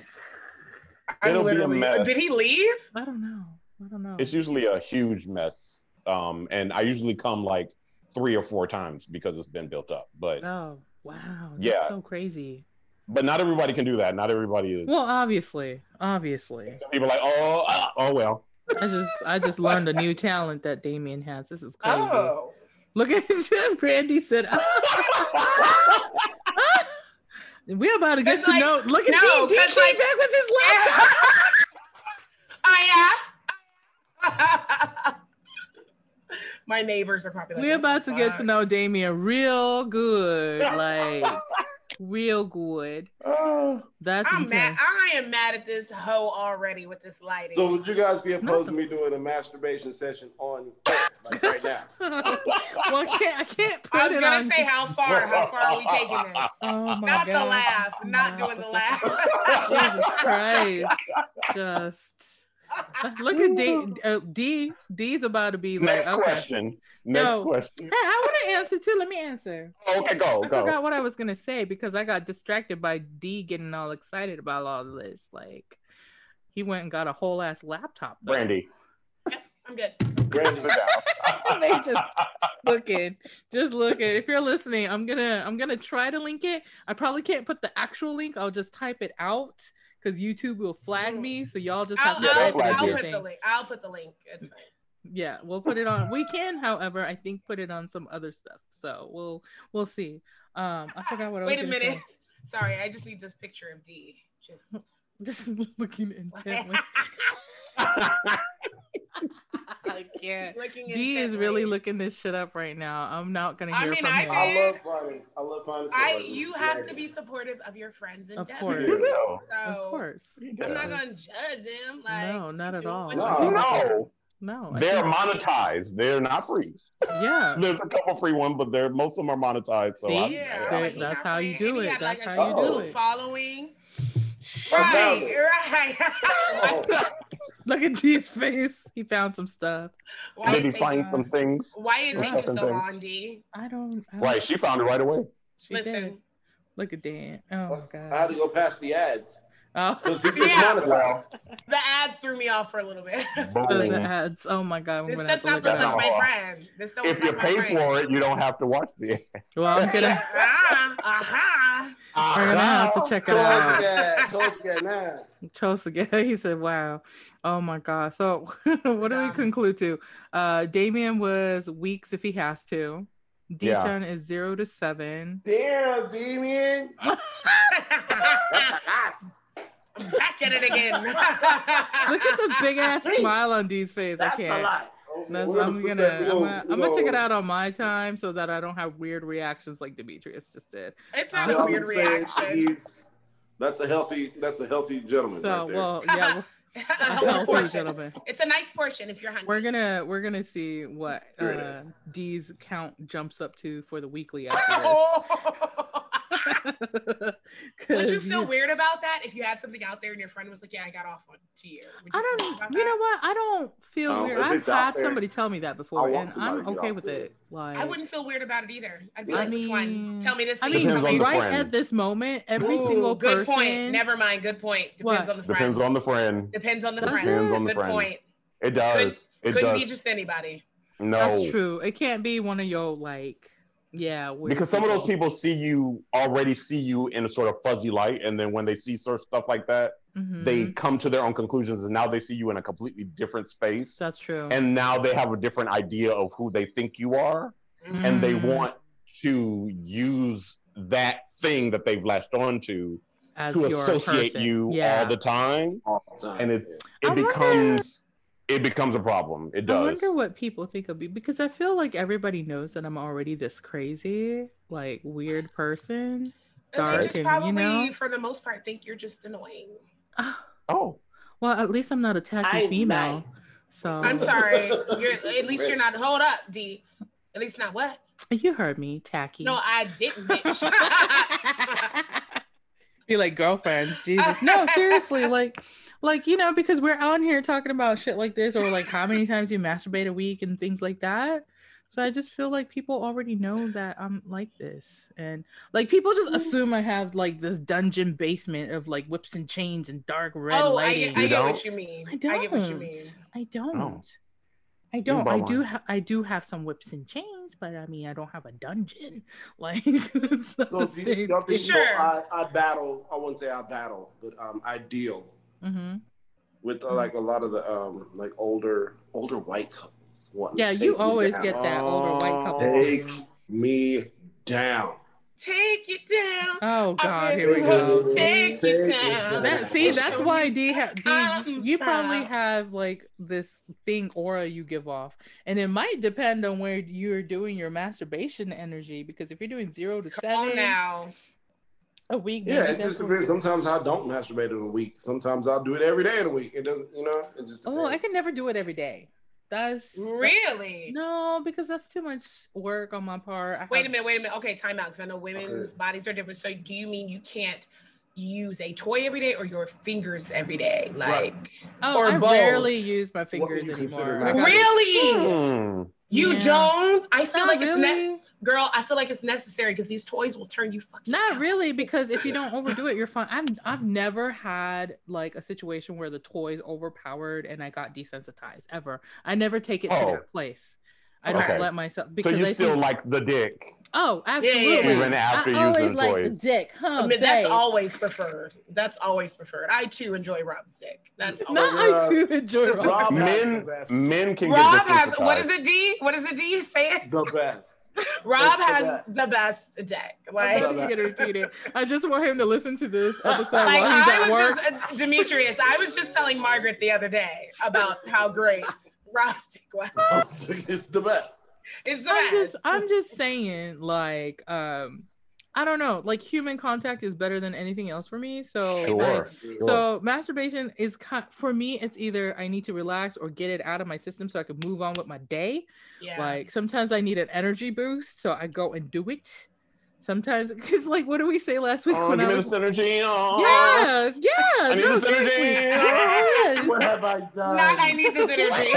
I'm
It'll be a
literally- uh,
mess.
Did he leave?
I don't know. I don't know.
it's usually a huge mess. Um, and I usually come like three or four times because it's been built up. But
Oh wow, that's
Yeah.
so crazy.
but not everybody can do that. Not everybody is.
Well, obviously, obviously,
Some people are like, oh, ah,
(laughs)
oh well.
I just I just learned a new talent that Damien has. This is crazy.
Oh. (laughs)
Look at (laughs) Brandy said. Ah, We're about to get
It's
to
like-
know. Look at
no,
D. D
'cause
came
like-
back with
(laughs)
his laptop.
I am. uh, (laughs) My neighbors are probably like,
We're
"What
about
the
to get to
fuck?"
know Damien real good,
(laughs)
like real good.
Ah.
That's
I'm mad.
intense.
I am mad at this hoe already with this lighting.
So would you guys be opposed to me doing a masturbation session on like right now?
well, I can't. I can't put
I was
it
gonna
on.
say how far? How far are we taking this?
oh my
Not the
God.
laugh. Not
No.
doing the laugh. (laughs)
Jesus Christ! Just look at D. Uh, D. D's about to be like.
Next
okay.
question. Next
No.
question. Oh,
Hey, I want to answer too. Let me answer.
Okay, go,
I
go.
forgot what I was gonna say because I got distracted by D getting all excited about all of this. Like he went and got a whole ass laptop. though. (laughs)
Brandy.
I'm good.
Brandy,
(laughs)
they just looking, just looking. If you're listening, I'm gonna I'm gonna try to link it. I probably can't put the actual link. I'll just type it out because YouTube will flag me. So y'all just have
I'll,
to
Yeah,
type
I'll,
it
right
into
I'll
your
put the
thing.
link. I'll put the link. It's fine.
Yeah, we'll put it on. We can, however, I think put it on some other stuff. So we'll we'll see. Um, I forgot what I was.
Wait a
gonna say.
minute. (laughs) Sorry, I just need this picture of D. Just
(laughs) Just looking
(laughs)
intently. I (laughs) can't.
looking.
D is
intently.
really looking this shit up right now. I'm not gonna
I
hear
mean,
from
I
him.
think-
I love finding. I love finding.
I.
somebody
You
who's
have to
like- (laughs)
be supportive of your friends and
Of
course.
So
of course.
I'm
Yes.
not gonna judge him. Like
no, not at
doing
all.
what
you
No,
want.
Oh,
No,
no. I
they're
think-
monetized. They're not free.
yeah.
There's a couple free ones, but they're most of them are monetized. So
See?
I-
Yeah,
There-
like, he
that's
not
how you
playing.
do
And he
it.
had, like,
That's
a
how you do
cult
it.
Following.
About
Right, (laughs)
it.
right.
Oh.
(laughs) Look at D's face. He found some stuff.
Why Did he find some things?
Why did it take you so
Something
long,
things.
D?
I don't. I don't
Right, she found it right away.
She
Listen.
did. Look at Dan. Oh my
I had to
god.
go past the ads (laughs)
Oh, (laughs)
because he gets
Yeah.
monetized.
The ads threw me off for a
(laughs)
little bit.
Boom.
so the ads. Oh my god. I'm
(laughs) this
gonna have
does
to
not
look
look
that
like
up.
my friend. This don't
If you
look like
pay
my friend.
for it, you don't have to watch the.
Well, I'm gonna.
(laughs)
(laughs)
Ah, aha. (laughs)
I'm
Uh-huh.
gonna have to check it out.
Chose that. Chose that now.
chose (laughs) together. He said, "Wow, oh my god." So, (laughs) what do we
Yeah.
conclude to? Uh, Damien was weeks if he has to.
Yeah.
Dijon is zero to
(laughs)
seven.
Damn, Damien.
(laughs)
Back at it again. (laughs)
Look at the big ass
Jeez.
smile on Dee's face.
That's
I
a
can't.
lot.
That's,
We're gonna
I'm
put
gonna,
that-
I'm
we're
gonna, I'm
we're
gonna check it out on my time so that I don't have weird reactions like Demetrius just did.
It's
I
not a
would
weird
say
reaction.
he's- That's a healthy. That's a healthy gentleman
So,
right there.
well, yeah,
(laughs) A
well,
healthy
healthy
portion.
gentlemen.
It's a nice portion if you're hungry.
We're gonna, we're gonna see what
Here it
uh,
is.
D's count jumps up to for the weekly after
(laughs)
this.
(laughs)
Would
(laughs) 'Cause
you feel weird about that if you had something out there and your friend was like, "Yeah, I got off on to you"? Would
I
you feel
don't.
about
You know
that?
what? I don't feel
No,
weird.
Oh, if
I've
it's out
had
there,
somebody tell me that
I
before,
want
and
somebody
I'm
to get
okay
off
with
there.
it. Like,
I wouldn't feel weird about it either. I'd be
I
like, "Which one?
mean-
Tell me this."
I
scene,
mean,
Depends
tell
on
me
the
right
friend.
at this moment, every
Ooh,
single
good
person.
point. Never mind. Good point. Depends
What?
on the friend.
Depends on the friend.
Depends on the
Does
friend.
Depends on the
good
friend.
point.
It does. it
Couldn't
does.
be just anybody.
no.
That's true. It can't be one of your like, yeah. weird
because some of those people see you already see you in a sort of fuzzy light and then when they see sort of stuff like that
Mhm.
they come to their own conclusions and now they see you in a completely different space
That's true.
and now they have a different idea of who they think you are
Mm-hmm.
and they
Mm.
want to use that thing that they've latched onto
As
to
your
associate
person.
you
yeah.
all the time
All the time.
and it's
I
it
wonder-
becomes it becomes a problem it
I
does
wonder what people think of me because I feel like everybody knows that I'm already this crazy, like weird person. Dark
they just
and, you
probably,
know?
for the most part, think you're just annoying.
oh
Well, at least I'm not a tacky
I'm
female.
nice.
So
I'm sorry. You're at least you're not. Hold up, D. At least not what?
(laughs) You heard me, tacky.
No, I didn't, (laughs) bitch.
(laughs) be like girlfriends, Jesus. No, seriously, like, like you know, because we're on here talking about shit like this, or like how many times you masturbate a week and things like that. So I just feel like people already know that I'm like this, and like people
Mm.
just assume I have like this dungeon basement of like whips and chains and dark (laughs) red
oh, I
lighting.
get, I get
don't?
what you mean.
I don't.
I get what you mean.
I don't.
Oh.
I don't. I
bought
do.
one.
Ha- I do have some whips and chains, but I mean, I don't have a dungeon. (laughs) Like it's not
So,
the
do you,
(laughs) same.
y'all think, so
Sure.
I, I battle. I wouldn't say I battle, but um, I deal
hmm
with uh, like a lot of the um, like older older white couples. wanting to
Yeah,
take
you always
down.
get that older white couple.
Take
thing.
me down.
Take it down.
Oh
I've
God,
been
here we go.
through Take
Take
it
it
down.
down.
That see, that's
Show
why
me
D, ha- D
I'm
you probably
proud.
have like this thing aura you give off, and it might depend on where you're doing your masturbation energy. Because if you're doing zero to
Come on
seven
now.
a week, maybe
Yeah, it
that's
just
what-
depends. Sometimes I don't masturbate in a week. Sometimes I'll do it every day in a week. It doesn't, you know. It just.
Oh, I can
depends.
never do it every day. That's
Really?
no, because that's too much work on my part. I
Wait a
have-
minute. Wait a minute. Okay, time out. Because I know women's
Okay.
bodies are different. So do you mean you can't use a toy every day or your fingers every day? Like
Right.
Oh,
or
I
both.
rarely use my
would
fingers
you consider
anymore. I
masturbation?
got-
really?
Hmm.
You
Yeah.
don't? I feel
Not
like it's ne-
really.
girl. I feel like it's necessary because these toys will turn you fucking.
Not
out.
really, because if you don't overdo it, you're fine. I'm I've never had like a situation where the toys overpowered and I got desensitized ever. I never take it to
Oh.
that place. I don't
Okay.
let myself
so
because
you
I
still
think,
like the dick
oh
yeah,
absolutely.
yeah.
Even after
I
using
always
the
like the
toys.
dick, huh?
I mean, that's
babe?
always preferred. That's always preferred. I too enjoy Rob's dick. That's always
Not I do enjoy
Rob-
Rob.
men men can
Rob
get
has what is
desensitized.
it? D? What is it? D? Say it.
The best. (laughs)
Rob
the
has
best.
the best deck.
I
Like,
don't even repeat it. I just want him to listen to
(laughs)
this episode
(laughs) like
while he's
I
at work.
was just, uh, Demetrius. I was just telling Margaret the other day about how great (laughs) Rob's dick was.
it's the best.
It's the
I'm just
best.
I'm just saying like um I don't know like human contact is better than anything else for me so like,
Sure. sure.
so masturbation is kind for me it's either I need to relax or get it out of my system so I can move on with my day
yeah.
like sometimes I need an energy boost so I go and do it Sometimes, (laughs) because like, what did we say last week?
Oh, give me was... the synergy. Oh. (laughs)
Yeah, yeah.
I need
no,
the
(laughs)
synergy. (laughs)
Yes.
What have I done?
Not
um, (laughs)
I need this energy.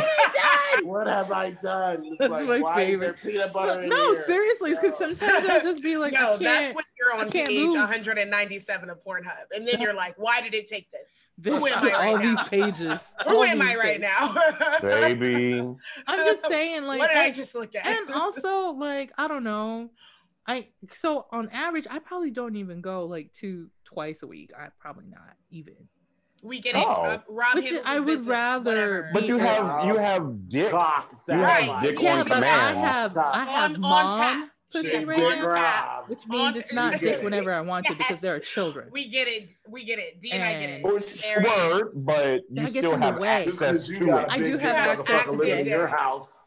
what have I done? It's
That's
like,
my
why is
favorite.
there peanut butter in
No,
here?
seriously, because
No.
sometimes I'll just be like,
(laughs) no,
I
that's
can't.
when you're on
I can't
page
move.
197 of Pornhub, and then you're like, "Why did it take this?
This
who am
shit,
I right
all
now?
these pages.
(laughs) Who
all
am I
these
right
pages.
now?" (laughs)
(laughs)
Baby.
I'm just saying, like,
what did I
and-
just look at? (laughs)
and also like i don't know i so on average i probably don't even go like two twice a week i probably not even
we get it.
Oh.
Rob, Rob
Which
handles
I
his
would
business,
rather-
whatever.
But you have you have dick.
Cock
have dick
satisfied.
on Yeah,
yeah
but
but i
demand.
have i have
on, on
mom
tap.
pussy
Shit,
right
dick
on
now
grab.
tap.
which means
On
it's not
tap.
dick whenever i want to because there are children
We get it. We get it. Dean, I get it.
And-
Or
Very-
word, but you
That gets
still
in the
have
way.
access
Because you
to
got a
I
it.
big
do
dick
have access
motherfucker
to
living in
dick.
your house.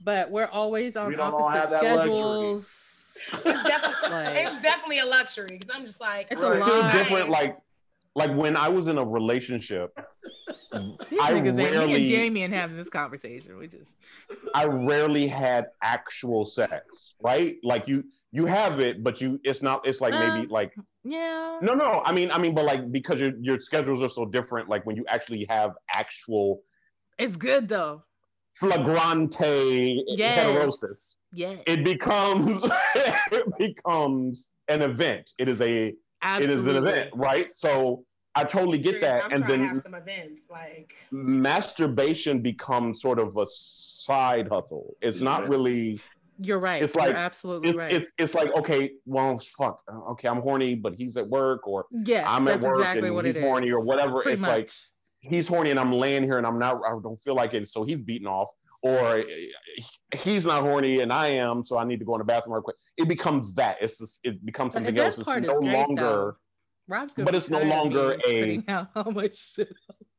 but we're always on
We don't all have
opposite
that luxury.
schedules
(laughs) It's, defi-
Like-
it's definitely a luxury because I'm just like,
It's
a
It's still
lot.
different. Like like when I was in a relationship,
These
I
niggas ain't- me and
rarely-
damien having this conversation we just
I rarely had actual sex. Right? Like you you have it, but you it's not. It's like maybe
Uh,
like
yeah
no no. I mean I mean, but like because your your schedules are so different. Like when you actually have actual
it's good though
flagrante
Yes.
heterosis.
yes
it becomes (laughs) it becomes an event. It is a
absolutely.
it is an event, right? So I totally get
seriously,
that,
I'm
and
trying to have
then
some events like
masturbation becomes sort of a side hustle. It's not
Yes.
really.
you're right
It's
you're
like-
absolutely
It's
right
it's it's like okay, well, fuck. Okay, I'm horny, but he's at work, or
Yes,
I'm at
that's
work
exactly
and
what
he's
it is.
horny or whatever.
Pretty
It's
much.
like- he's horny, and I'm laying here, and I'm not. I don't feel like it, so he's beating off. Or eh, he's not horny and I am, so I need to go in the bathroom real quick. It becomes that. It's just, it
But
becomes something
that
else. It's
part is
no
great,
longer.
though. Rob's gonna
but
be
it's no
tired of
longer
me
a-
putting out How much? (laughs) shit.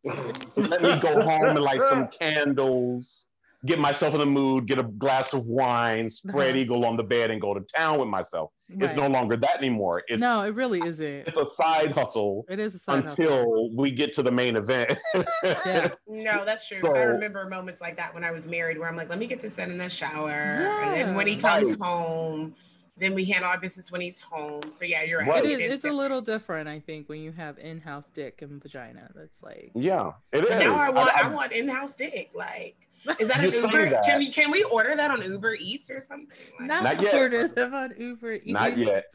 let me go home and light
(laughs)
some candles, get myself in the mood, get a glass of wine, spread
Uh-huh.
eagle on the bed, and go to town with myself. It's no
Right.
longer that anymore. It's
no, it really isn't.
it's a side hustle
It is a side
until
hustle.
we get to the main event. (laughs)
Yeah.
no, that's true. 'cause I
So-
remember moments like that when I was married, where I'm like, let me get this done in the shower, and
Yeah.
then when he comes
Right.
home, then we handle our business when he's home. So yeah, you're right.
Right.
It is. It's a
different.
little different, I think, when you have in-house dick and vagina. That's like
yeah, it is.
But now I want,
I-
I, want in-house dick. Like, is that an
You're saying
Uber?
that.
Can we can we order that on Uber Eats or something? Like,
not,
Not yet.
order them on Uber. Eats.
not yet.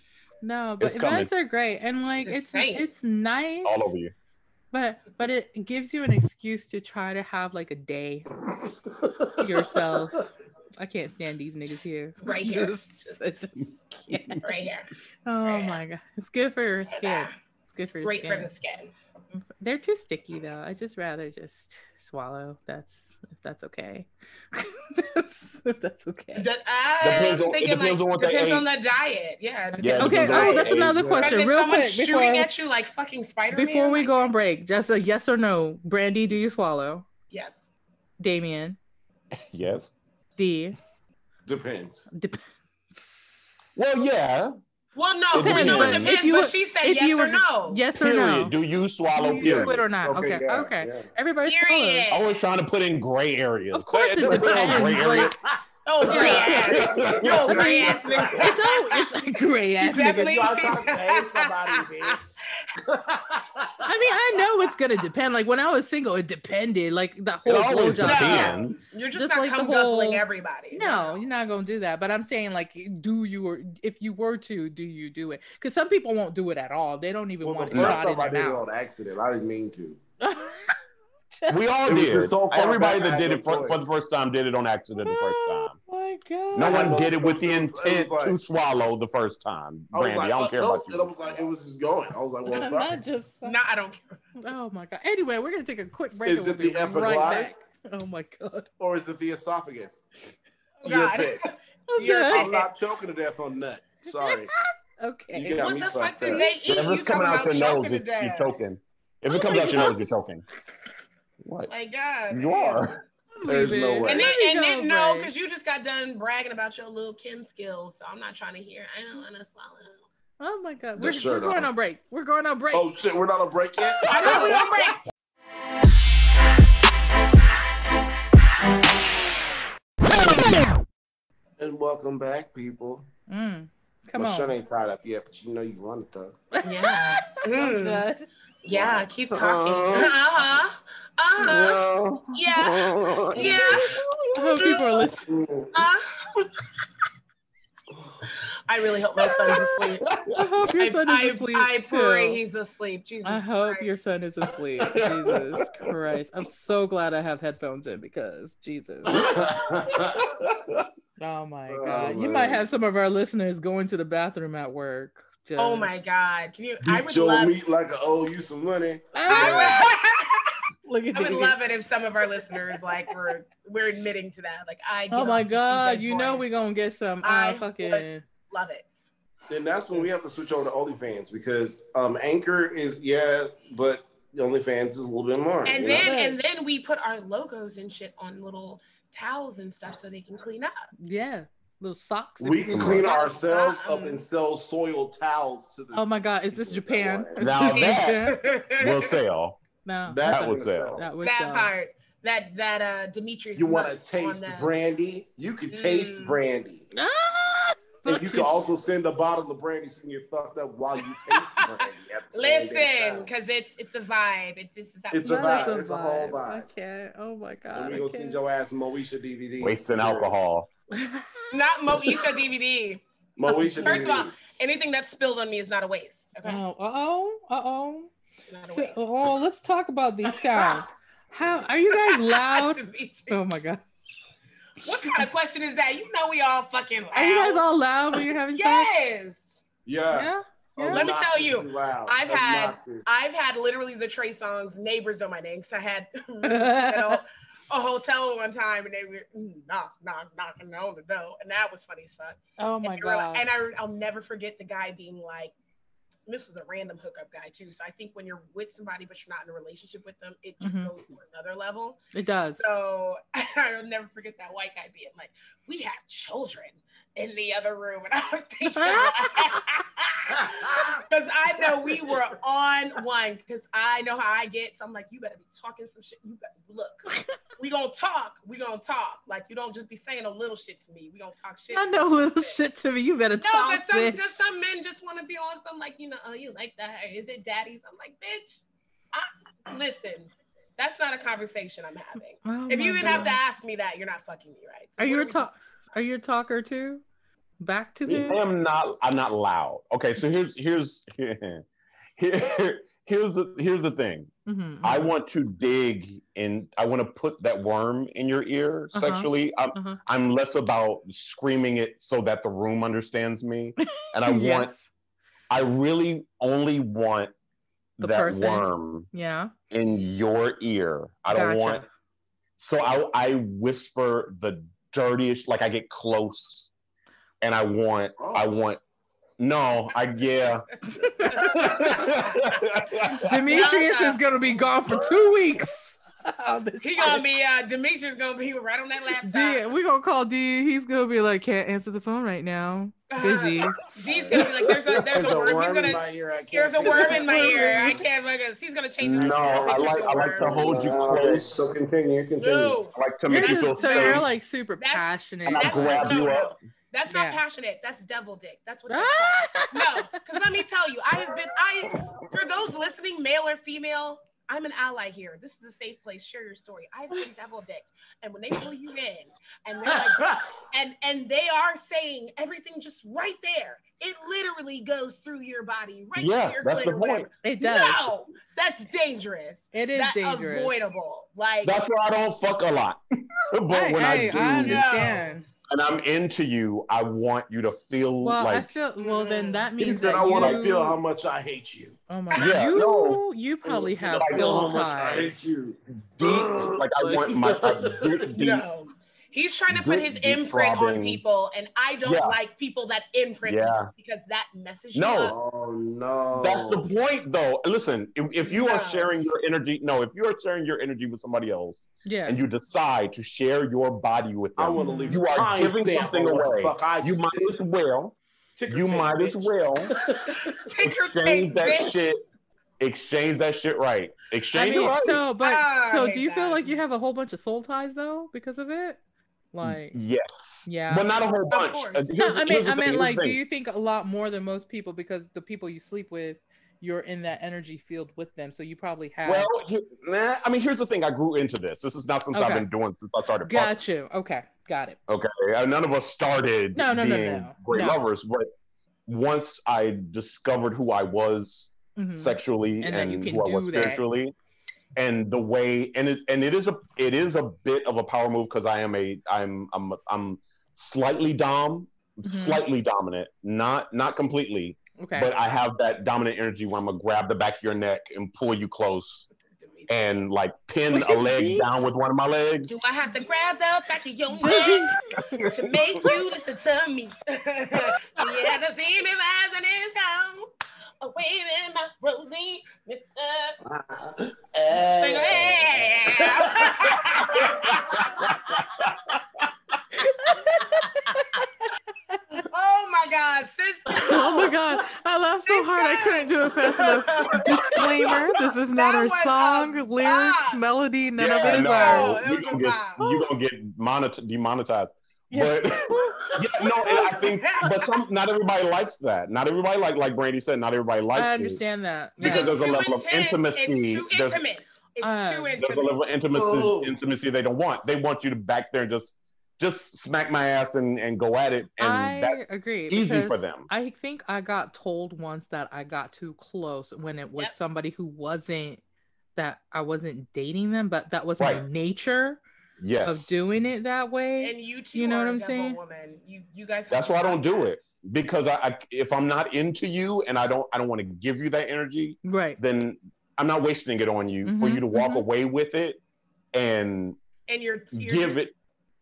No, but
It's coming.
events are great, and like it's
It's insane.
it's nice.
All over you.
But but it gives you an excuse to try to have like a day
(laughs)
yourself. I can't stand these niggas here.
Right here.
Just- I just
(laughs)
can't.
right here.
Oh
Yeah.
my god, it's good for your skin.
(sighs) Yeah.
It's good (laughs) for your
Great for
skin.
the skin.
They're too sticky though. I just rather just swallow. That's if that's okay. (laughs) that's, if that's okay.
Does- I'm
Depends on- it
uh, thinking,
depends on what they
depends
ate.
on the diet. Yeah. depends
Yeah,
on the
okay. Oh,
depends on what
diet.
that's
they ate.
another
But
But
question,
if
real
someone's
quick
shooting
before,
at you like fucking Spider Man.
before we go on break. Just a yes or no. Brandy, do you swallow?
Yes.
Damien,
Yes.
D.
Depends.
Dep-
Well, yeah.
Well, no,
It
we know it
depends, but
depends.
if you
but
were-
she said
if
yes
you
or
were-
no.
yes or
Period.
no?
Do you swallow?
Do you
period?
do it or not? Okay. Okay.
yeah, yeah.
Everybody
Period.
swallows.
Always trying to put in gray areas.
Of course, it
Put in
depends.
gray areas.
(laughs)
Like,
Oh, gray ass.
(laughs)
Yo,
That's
gray
what-
ass nigga.
Oh, (laughs) it's all it's a gray ass.
Exactly.
nigga.
Nigga, you all trying to save
(laughs)
somebody, bitch.
I mean, I know it's gonna depend. Like when I was single, it depended. Like the whole
It always
blowjob.
depends.
You're just,
Just
not
like the
cum guzzling
whole-
everybody.
No, you're not gonna do that. But I'm saying, like, do you or if you were to, do you do it? Because some people won't do it at all. They don't even
well,
want
the
it
first
shot in
time I
their
did it on
mouth.
accident. I didn't mean to.
(laughs)
(laughs) We all
It was
did.
just so far
Everybody
back, I
that did
had
it
no
for, for the
choice.
first time did it on accident the first time.
Oh my god.
No
I had
one did it with the
those- it was- it was
intent
like-
to swallow the first time,
I was
Brandy. I,
like,
don't
uh,
care
no,
about
And I was
you.
like, it was just going. I was like,
(laughs)
well,
(laughs) I'm
fuck.
not just.
No, I don't care.
Oh my god. Anyway, we're gonna take a quick break.
Is
and
it
we'll
the
be right
epiglottis
back. Oh my god.
or is it the esophagus?
Oh,
Your
(laughs)
God.
pick.
You're-
Okay.
I'm not choking to death on nut.
(laughs)
Sorry.
Okay.
You got
What
me
the fuck
fucked
did
up.
they eat?
If
You
it's
talking
coming out
about
your nose,
choking Oh to
it, you're
death?
choking. If it comes out your nose, you're choking. What?
My God.
You are.
I'm
There's no
leaving.
way.
And then,
Let me
and then
go,
no,
Bray.
because you just got done bragging about your little Kim skills. So I'm not trying to hear. I don't want to swallow.
Oh my god.
The
We're, we're
shirt
going
on.
on break. We're going on break.
Oh shit, we're not on break yet.
I know we on break.
And welcome back, people.
Mm.
Come My on. shirt ain't tied up yet, but you know you want it (laughs) though.
Yeah. mm. Yeah, wow. keep talking.
Uh-huh.
Uh huh.
(laughs)
Uh huh. Yeah. Yeah. yeah. I
hope people are listening. Uh-huh.
I really hope my son's asleep.
I hope (laughs) your son
I,
is asleep.
I, I
too.
pray he's asleep. Jesus. I
hope Christ. your son
(laughs)
is asleep. Jesus Christ. I'm so glad I have headphones in because
(laughs)
Jesus. oh my God. Oh, you might have some of our listeners going to the bathroom at work. Just...
Oh my God. Can you
Beat I would your love... meat like I owe you some money.
(laughs)
Ah,
I would love it if some of our listeners like were we're admitting to that. Like I
Oh my god, you know we're gonna get some I uh, fucking
love it.
Then that's when we have to switch over to OnlyFans because um Anchor is yeah, but OnlyFans is a little bit more.
And then know? and then we put our logos and shit on little towels and stuff so they can clean up.
Yeah little socks.
We can clean ourselves up and sell soiled towels to the.
Oh my God! Is this Japan? Is
now this that (laughs) Japan? will sell.
No, uh,
that, that will sell.
That, that sell. part. That that uh, Demetrius.
You want to taste brandy? You can taste mm. brandy. Ah! And you can also send a bottle of brandy so you get fucked up while you taste
(laughs)
brandy.
Listen, because it's it's a vibe. It's this is
it's a vibe. A it's vibe. a whole vibe.
Okay. Oh my god.
And we gonna send your ass Moesha DVD.
Wasting alcohol.
not Moesha DVD.
Moesha
First DVD. of all, anything that's spilled on me is not a waste. Okay.
(laughs) Oh, oh, oh. So, oh, let's talk about
(laughs) Ah!
these sounds. How are you guys loud? oh my god.
What kind of question is that? You know we all fucking loud.
Are you guys all loud when you're having
yes.
sex? Yes.
Yeah.
yeah. Oh, Let me tell you, I've had (laughs) I've had literally the Trey songs neighbors know my name because
(laughs)
I had (laughs) you know, a hotel one time and they were mm, knock knock knocking on the door and that was funny as fuck.
Oh my
and
god! Like,
and I, I'll never forget the guy being like, "This was a random hookup guy too." So I think when you're with somebody but you're not in a relationship with them, it just mm-hmm. goes to another level.
It does.
So (laughs) I'll never forget that white guy being like, "We have children." In the other room, (laughs) and I'm thinking, because (laughs) I know we were on one, because I know how I get. So I'm like, you better be talking some shit. You better look. we gonna talk. We gonna talk. Like you don't just be saying a little shit to me. We gonna talk shit.
I know little
(laughs)
shit to me. You better no, talk. No,
some bitch. some men just want to be on some like you know. Oh, you like that? Is it daddy's? I'm like, bitch. I, listen, that's not a conversation I'm having. Oh if you even God. have to ask me that, you're not fucking me right.
So are you a talk? Are you a talker too? Back to me.
I am not. I'm not loud. Okay, so here's here's (laughs) here, here here's the here's the thing. Mm-hmm. I want to dig and I want to put that worm in your ear uh-huh. sexually. I'm, uh-huh. I'm less about screaming it so that the room understands (laughs) me. And I yes. want, I really only want the that person. worm (laughs)
yeah.
in your ear. I don't gotcha. want, so I, I whisper the dirtiest, like I get close and I want, oh. I want no, I yeah. (laughs)
Demetrius is gonna be gone for
(laughs)
two weeks.
Oh, (laughs) he gonna be uh Demetrius gonna be right on that laptop.
Yeah, we gonna call D. He's gonna be like, can't answer the phone right
(laughs)
now. Busy. Uh,
D's gonna be like, there's a there's, there's a, worm. a worm. He's gonna, in my ear. There's a worm in my ear. I can't look. At, he's gonna change. His
(laughs) no, I like I like to hold you close.
So continue, continue. (laughs) No.
I like to make you feel
so
safe.
you're like super that's, passionate.
And I grab you up.
That's not yeah. passionate. That's devil dick. (laughs) That's what. That's no, because let me tell you, I have been. I for those listening, male or female, I'm an ally here. This is a safe place. Share your story. I've been devil dicked, and when they pull you in, and
(sighs)
they're like, and and they are saying everything just right there. It literally goes through your body, right
yeah,
to your
that's
glitter,
the point.
(laughs) It does.
No, that's dangerous.
It is
that's
dangerous.
Avoidable. Like
that's why I don't fuck a lot. (laughs) but
hey,
when
hey,
I do,
I understand.
No and I'm into you, I want you to feel
well,
like.
I feel well.
Mm.
Then that means that
I
you...
want to feel how much I hate you.
Oh my god! Yeah, you, no. you probably have
I feel how much I hate you.
Deep, like I want my
(laughs)
deep, deep.
No. He's trying to put his imprint on people, and I don't yeah. like people that imprint yeah. because that message.
No,
oh, no,
that's the point, though. Listen, if, if you no. are sharing your energy, no, if you are sharing your energy with somebody else,
yeah.
and you decide to share your body with them,
leave
you are giving something away. You might as well.
Ticker
you
tick,
might
bitch.
as (laughs)
(laughs)
well
Ticker
exchange
tape,
that
bitch.
shit. Exchange that shit right. Exchange
I mean,
it right.
So, but
I
so,
hate
do you
that.
feel like you have a whole bunch of soul ties though because of it? Like
yes,
yeah,
but not a whole bunch.
course.
Uh,
no,
Mm. here's-
I mean,
here's the
I
thing,
mean,
here's the
like, do
thing.
you think a lot more than most people because the people you sleep with, you're in that energy field with them, so you probably have.
Well, he- nah, I mean, here's the thing. I grew into this. This is not something
Okay.
I've been doing since I started. fucking.
got you. Okay, got it.
Okay, uh, none of us started
No, no, no,
being
no,
great
no.
lovers, but once I discovered who I was
Mhm.
sexually
And
and,
that you can
who I was
do that.
spiritually, and the way and it and it is a it is a bit of a power move because I am a I'm I'm I'm slightly dom,
Mhm.
slightly dominant, not not completely,
Okay.
but (laughs) I have that dominant energy where I'm gonna grab the back of your neck and pull you close and like pin a leg down with one of my legs.
Do I have to grab the back
(laughs)
of your neck to make you listen to me? (laughs) you had to see me rising and down. Away in my rolling, Mr.
(laughs)
Finger.
(laughs)
oh my God, sis.
(laughs) (laughs) oh my god, I laughed so hard I couldn't do it fast
(laughs)
enough.
(laughs)
Disclaimer: This is not
That
our
was a
song, lyrics,
vibe.
melody. None of
Yeah,
it is
no,
ours.
It
you
was a
gonna get,
vibe.
you gonna get monet- demonetized.
Yeah.
But yeah, no, and I think, but some not everybody likes that. Not everybody like like Brandy said. Not everybody likes
I
it.
understand that.
Because
Yeah.
there's a
Too
level of
intense.
intimacy.
It's too
There's-
intimate. It's
Uh,
too
There's a
intimate.
level of intimacy
Oh.
intimacy they don't want. They want you to back there and just just smack my ass and and go at it, and
I
that's
agree.
easy for
because
them.
I think I got told once that I got too close when it was
Yep.
somebody who wasn't that I wasn't dating them, but that was my
Right.
nature
yes.
of doing it that way.
And you two
You know
are
what
a
I'm
devil
saying?
Woman. You you guys. have
That's
to
why I don't
stop
do
that.
it because I, I if I'm not into you and I don't I don't want to give you that energy,
(laughs)
right.
then I'm not wasting it on you for
Mhm,
you to walk
mhm.
away with it and
And you're, you're
give
just-
it.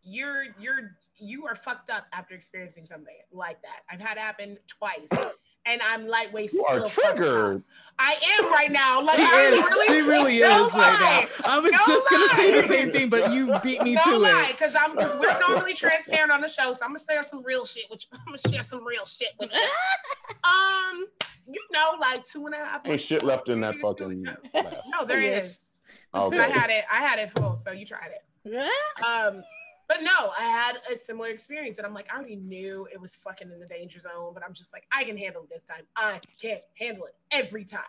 You're you're you are fucked up after experiencing something like that. I've had it happen twice, and I'm lightweight.
You are
still fucked
triggered.
up. I am right now. Like
She
I
is.
really-
She really
(laughs) No
is right
lie.
now. I was
No
just gonna say the
lie.
same thing, but
(laughs)
you beat me eh?
no
to
lie,
it.
because I'm because
(laughs)
we're normally transparent on the show, so I'm gonna share some real shit. Which (laughs) I'm gonna share some real shit with. you. um, you know, like two and a half.
Ain't shit left in that
(laughs)
fucking. glass.
No, there
Yes.
is.
(laughs)
I
Okay.
had it. I had it full, so you tried it. Um, but no, I had a similar experience, and I'm like, I already knew it was fucking in the danger zone, but I'm just like, I can handle it this time. I can handle it every time,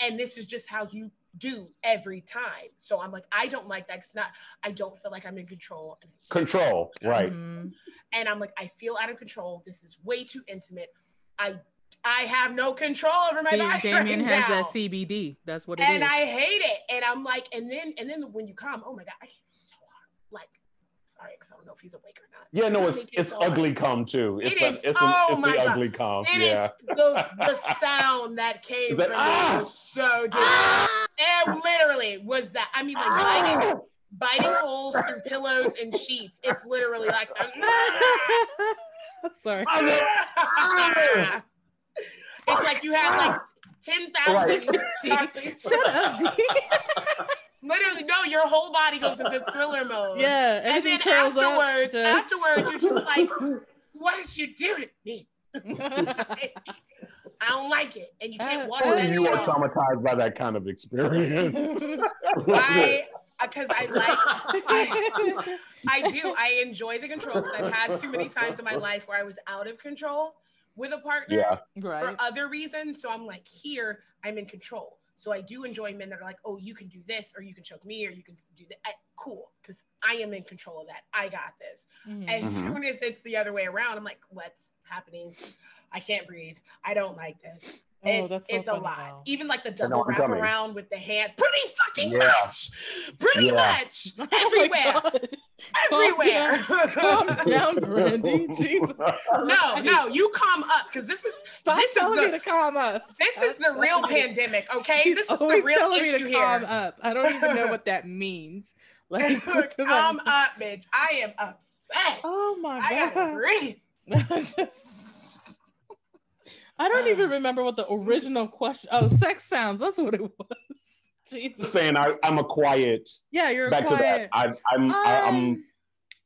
and this is just how you do every time. So I'm like, I don't like that. It's not. I don't feel like I'm in control,
Control. Right.
Mhm.
and I'm like, I feel out of control. This is way too intimate. I I have no control over my
Da-
body.
Damien
right
has
now
that CBD. That's what it is.
and I hate it. And I'm like, and then and then when you come, oh my god, I hate you so hard. Like, sorry, because I don't know if he's awake or not.
Yeah, no,
I
it's
think
it's
all right.
ugly cum too. It's
It
an-
is.
it's, an,
Oh
it's
my
the
God.
ugly cum.
It is
(laughs) yeah.
the the sound that came
Is that-
from
Ah!
it was so deep. It literally was that. I mean, like
Ah!
biting, biting holes through pillows and sheets. It's literally like. the-
(laughs) Sorry.
(laughs) it's like you had like ten thousand.
(laughs) Shut up. D.
(laughs) Literally, no, your whole body goes into thriller mode.
yeah.
and
everything
then
curls up,
afterwards,
just-
afterwards, you're
(laughs)
just like, "What did you do to me? I don't like it." And you
Uh,
can't watch
Oh,
that
you
shit.
are traumatized by that kind
(laughs)
of (laughs) experience.
I, because I like, I, I do. I enjoy the control. 'cause I've had too many times in my life where I was out of control with a partner
yeah.
for
right.
other reasons. So I'm like, here, I'm in control. So I do enjoy men that are like, "Oh, you can do this, or you can choke me, or you can do that." I- cool, because I am in control of that. I got this. As
Mhm.
Mhm.
soon as it's the other way around, I'm like, what's happening? I can't breathe. I don't like this.
Oh,
it's
that's so
it's a
funny,
lot.
though.
Even like the
know
double
I'm
wrap
coming.
around with the hand, pretty fucking
Yeah.
much, pretty
Yeah.
much,
(laughs) Oh my
everywhere,
God. Oh
everywhere.
(laughs)
(laughs)
Calm down, Brandy. Jesus.
no, no, you calm up because this is
Stop
this is
telling me
the
to calm up.
this is
Stop
the real
telling me.
pandemic. Okay,
She's
this is the
always
real
telling me to
issue
Calm
here.
up. (laughs) I don't even
(laughs)
know what that means. Like, what the-
calm up, bitch. I am upset.
oh my
I gotta
god. (laughs)
breathe.
I just- I don't
(sighs)
even remember what the original question. Oh, sex sounds. That's what it was. Jesus.
Saying I, I'm a quiet.
Yeah, you're
back
quiet.
to that. I, I'm I,
Um,
I'm
I'm,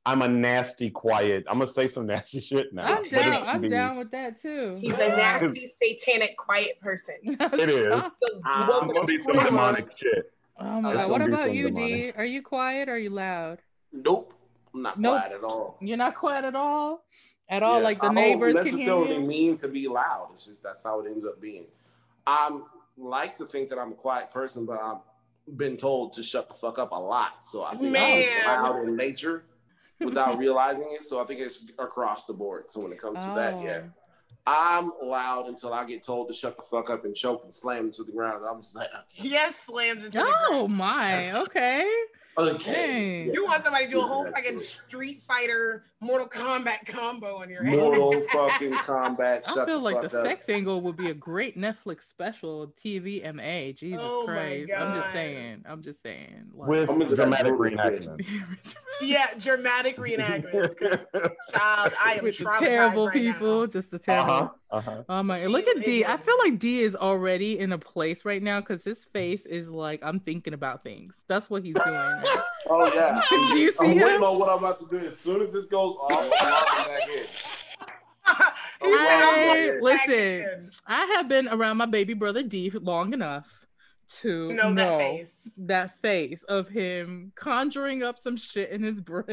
I'm a nasty quiet. I'm gonna say some nasty shit now.
I'm
but it
down.
can
I'm
be-
down with that too. (laughs)
He's a nasty, satanic, quiet person.
it
is.
The
Ah,
I'm gonna be some demonic shit.
Oh my
It's
god. What
gonna be
about
some
you, D?
demonic.
Are you quiet or are you loud?
Nope. I'm not nope. quiet at all.
You're not quiet at all. At all, yeah, like the I neighbors
don't necessarily
can hear you.
mean to be loud. It's just that's how it ends up being. I like to think that I'm a quiet person, but I've been told to shut the fuck up a lot. So I think Man. I was loud in nature without realizing it. So I think it's across the board. So when it comes oh. to that, yeah. I'm loud until I get told to shut the fuck up and choke and slam into the ground. I'm just like,
okay. yes, slammed into
oh,
the ground.
Oh my, okay.
okay.
Yeah. You want somebody to do a whole fucking Street Fighter, Mortal Kombat combo on your head.
Mortal fucking combat.
I feel the like the up. sex angle would be a great Netflix special, TVMA. Jesus oh Christ. I'm just saying. I'm just saying. (laughs)
Like, With (laughs) I'm dramatic reenactment.
yeah, dramatic reenactment.
(laughs)
Child, I am With
the terrible
right
people,
(laughs) now.
just the terrible. Uh-huh. Uh-huh. Oh my! Look at D. I feel like D is already in a place right now because his face is like I'm thinking about things. That's what he's doing. (laughs) Now.
Oh yeah.
do you see
I'm
him?
waiting on what I'm about to do. As soon as this goes off, I'm back in.
I, listen, I have been around my baby brother D long enough to know, know that, face. that face of him conjuring up some shit in his (laughs) brain.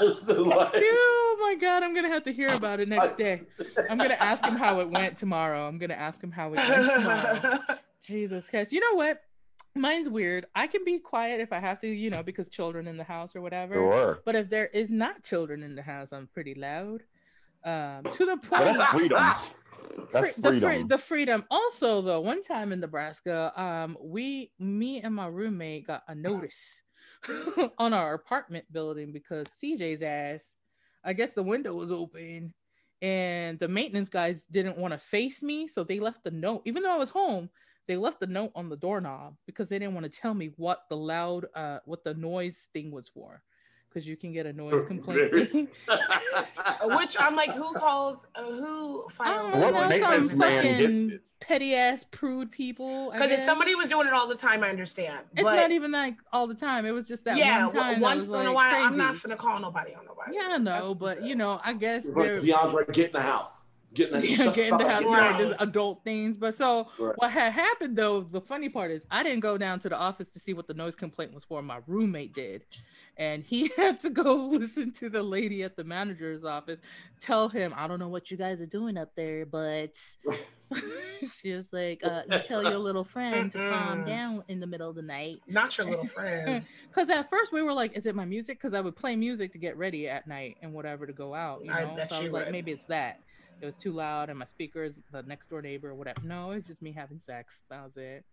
oh my god, I'm gonna have to hear about it next day. I'm gonna ask him how it went tomorrow. I'm gonna ask him how it went (laughs) tomorrow. Jesus Christ. You know what? Mine's weird. I can be quiet if I have to, you know, because children in the house or whatever.
Sure.
But if there is not children in the house, I'm pretty loud. Um, to the point.
Well, that's freedom. That's
freedom. The,
fr-
the, freedom. Also, though, one time in Nebraska, um, we, me and my roommate got a notice. (laughs) on our apartment building because CJ's ass, I guess the window was open and the maintenance guys didn't want to face me. So they left the note, even though I was home, they left the note on the doorknob because they didn't want to tell me what the loud, uh, what the noise thing was for. Because you can get
(laughs)
a noise complaint, (laughs)
(laughs) which I'm like, who calls? Uh, who files?
I don't know, some fucking petty ass prude people.
Because if somebody was doing it all the time, I understand.
It's but not even like all the time. It was just that yeah, one time.
once in
like
a while, crazy. I'm not gonna call nobody on nobody.
Yeah, I know, That's but you know, I guess
it's like DeAndre get in the house. Get
(laughs)
in the,
yeah, get in the house, right? Just adult things. But so right. what had happened though, the funny part is I didn't go down to the office to see what the noise complaint was for. My roommate did. And he (laughs) had to go listen to the lady at the manager's office tell him, I don't know what you guys are doing up there, but (laughs) she was like, uh, you tell your little friend to calm down in the middle of the night.
Not your
(laughs)
little friend.
Because at first we were like, is it my music? Because I would play music to get ready at night and whatever to go out. You know? I so I was like, would. maybe it's that. It was too loud and my speakers, the next door neighbor, whatever. No, it's just me having sex. That was it.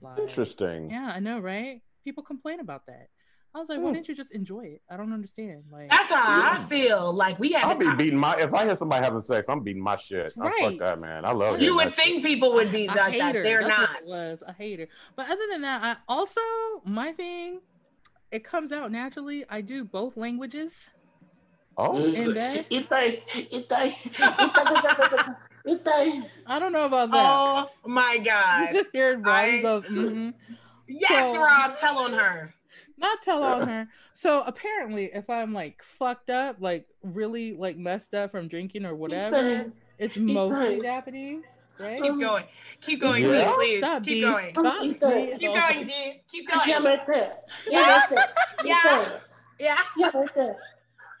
Like, Interesting.
Yeah, I know, right? People complain about that. I was like, why didn't you just enjoy it? I don't understand. Like
that's how yeah. I feel. Like we had.
I'll be beating my. If I hear somebody having sex, I'm beating my shit. Right. I fuck that man. I love.
You would think shit. people would be I, like that.
Her.
They're
that's
not.
was a hater. But other than that, I also my thing. It comes out naturally. I do both languages.
Oh,
it's like it's like it's like. I don't know about that.
Oh my god!
(laughs) You just hear Rob I... He goes. Mm-hmm.
Yes, so, Rob, tell on her
not tell
Uh,
on her. So apparently, if I'm like fucked up, like really like messed up from drinking or whatever, it's mostly Japanese. Right?
Keep going. Keep going, yeah. please. Stop, keep, going. Stop, keep going. Keep going, D. Keep going. Yeah,
my Yeah, my
Yeah. Yeah.
Yeah, my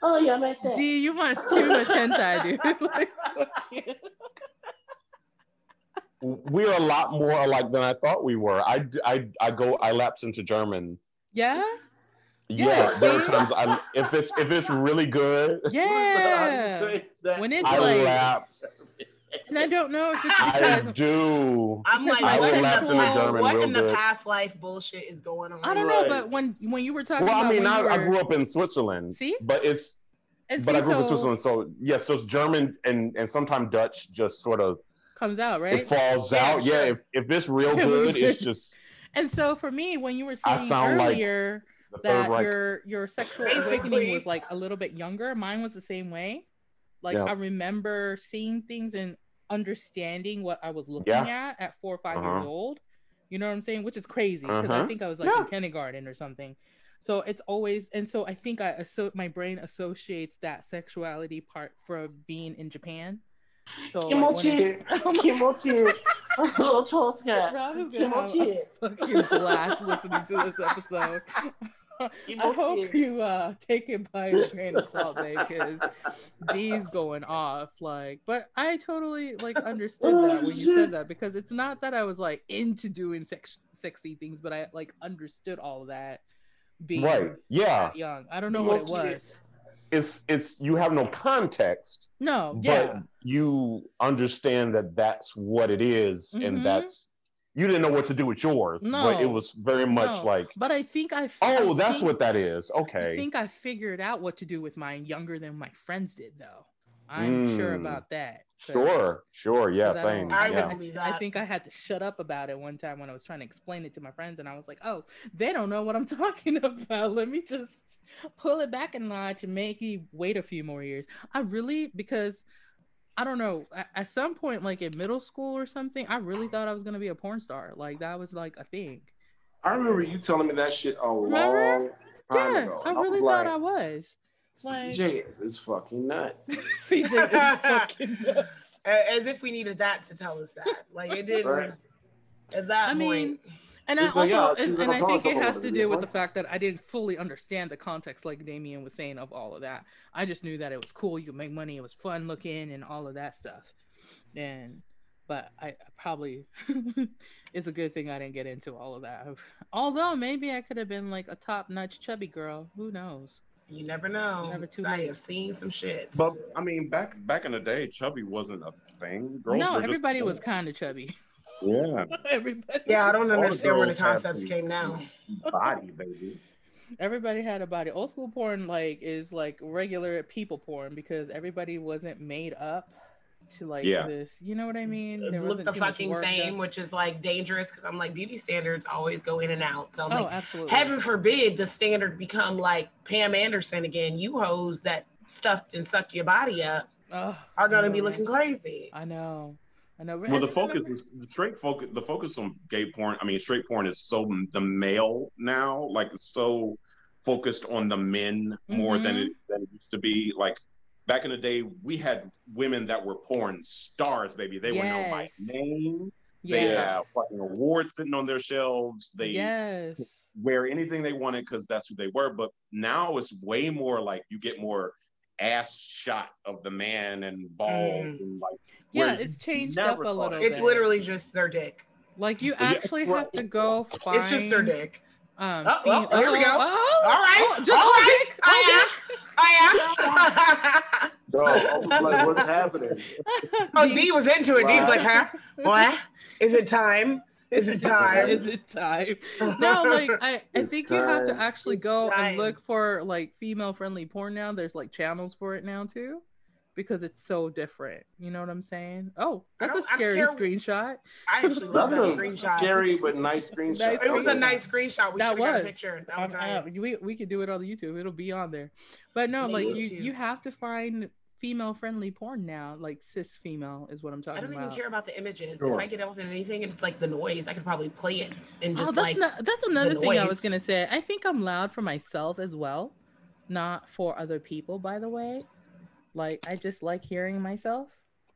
Oh, yeah, my
D, you watch too much hentai, dude. (laughs) like, yeah.
We're a lot more alike than I thought we were. I, I, I go, I lapse into German. (laughs)
Yeah.
Yeah, yes. there are times I if it's if it's really good.
(laughs)
Yeah. when it's
I
like,
lapse.
And I don't know if it's because
I do.
I'm like,
I
what, in
the,
in what in
good.
the past life bullshit is going on?
I don't know, right. but when when you were talking,
well,
about
I mean, I,
were...
I, grew up in Switzerland.
See,
but it's
and
but
see,
I grew up
so...
in Switzerland, so yes, so German and and sometimes Dutch just sort of
comes out, right?
It falls yeah, out. Sure. Yeah, if, if
(laughs)
it's real good, it's just.
And so for me, when you were saying earlier like that rank. your your sexual awakening was like a little bit younger, mine was the same way. Like yeah. I remember seeing things and understanding what I was looking yeah. at at four or 5 uh-huh. years old. You know what I'm saying? Which is crazy because uh-huh. I think I was like yeah. in kindergarten or something. So it's always and so I think I so my brain associates that sexuality part from being in Japan.
So Kimochi. Like I, Kimochi. Little Tosca.
(laughs)
Rob is gonna have a fucking blast listening to this episode. I hope you uh, take it by a grain of salt, babe, because D's going off. Like, but I totally like understood
Oh,
that when you said that because it's not that I was like into doing sex- sexy things, but I like understood all that being
right. Yeah.
young. I don't know what it was.
It's it's you have no context.
No.
But
Oh, Yeah.
you understand that that's what it is
Mhm.
and that's you didn't know what to do with yours, but
No.
it was very much
No.
like,
But I think I.
oh,
I
that's
think-
what that is.
I
Okay.
think I figured out what to do with mine younger than my friends did, though. I'm sure
Mm.
about that. but-
Sure. Sure. Yeah.
'cause I don't-
Same.
I
yeah.
would- believe
I
that.
think I had to shut up about it one time when I was trying to explain it to my friends, and I was like, "Oh, they don't know what I'm (laughs) talking about. Let me just pull it back a notch and make you wait a few more years." I really because I don't know. a- At some point, like in middle school or something, I really thought I was gonna be a porn star. Like that was like a thing.
I remember you telling me that shit a long
Remember?
time
yeah,
ago.
I really
was like,
thought I was. (laughs) like-
CJ is, is fucking
(laughs)
nuts.
CJ is fucking nuts.
A- As if we needed that to tell us that. Like it didn't.
Right.
At that
I mean,
point,
and I
It's like, yeah,
also,
she's
and,
like,
and I
"Tell us
think it
about
has
it,
to
you
do with
know?"
the fact that I didn't fully understand the context, like Damien was saying, of all of that. I just knew that it was cool, you could make money, it was fun looking, and all of that stuff. And, but I, I probably, (laughs) it's a good thing I didn't get into all of that. Although maybe I could have been like a top notch chubby girl. Who knows?
you never know.
Never too
I
late.
have seen some shit.
But I mean, back back in the day, chubby wasn't a thing.
no,
were just-
everybody was kind of chubby. (laughs)
yeah
everybody.
yeah, I don't
All
understand where the
girls have
concepts
these-
came now.
body
(laughs)
baby.
everybody had a body. Old school porn like is like regular people porn because everybody wasn't made up to like
Yeah.
this. You know what I mean?
It looked
wasn't
Mm, uh, the
too much
fucking
work done.
same, which is like dangerous because I'm like beauty standards always go in and out. So I'm
Oh,
like,
absolutely.
heaven forbid the standard become like Pam Anderson again. You hoes that stuffed and sucked your body up
Ugh,
are
I
gonna
know,
be
man.
looking crazy.
I know. I know.
Well,
And
the
then
focus
remember-
is the straight focus. The focus on gay porn. I mean, straight porn is so m- the male now, like it's so focused on the men more than
Mhm.
it than it used to be. Like back in the day, we had women that were porn stars, baby. They were known by
Yes.
name. They
yeah.
have fucking awards sitting on their shelves. They
yes.
(laughs) wear anything they wanted because that's who they were. But now it's way more like you get more ass shot of the man and balls
Mhm.
and like
Yeah,
where
it's
you
changed
never
up a
thought
little
it.
bit.
It's literally just their dick.
like you
Yeah,
actually
right.
have to go find.
It's just their dick.
Um,
Oh, oh,
fe-
here we go.
oh,
All right.
oh, just
All right.
one dick?
I am. I am. (laughs)
Dog, I was like, what's
(laughs)
happening?
oh, D was into it. D's like, huh?
Wow. (laughs)
What? Is it time? Is it time?
Is it time?
(laughs)
no,
(laughs)
like I, I
It's
think you have to
time.
actually
It's
go
time.
and look for like female friendly porn now. There's like channels for it now too, because it's so different. You know what I'm saying? Oh,
I
that's a
don't- I
scary
don't
screenshot.
I
(laughs)
actually love
That's
that
a
screenshot.
scary but nice screenshot.
Nice
It was a
screenshot.
nice screenshot. We should
that
have got a
was.
picture. That was
Um, uh,
nice.
we we could do it on YouTube. It'll be on there. But no,
Me
like you
too.
you have to find female friendly porn now. Like cis female is what I'm
I
talking
don't
about.
even care about the images.
Sure.
If I get off in anything and it's like the noise, I could probably play it and
Oh,
just
that's
like
not, that's another
the
thing I
noise.
was gonna say. I think I'm loud for myself as well, not for other people. By the way, like I just like hearing myself.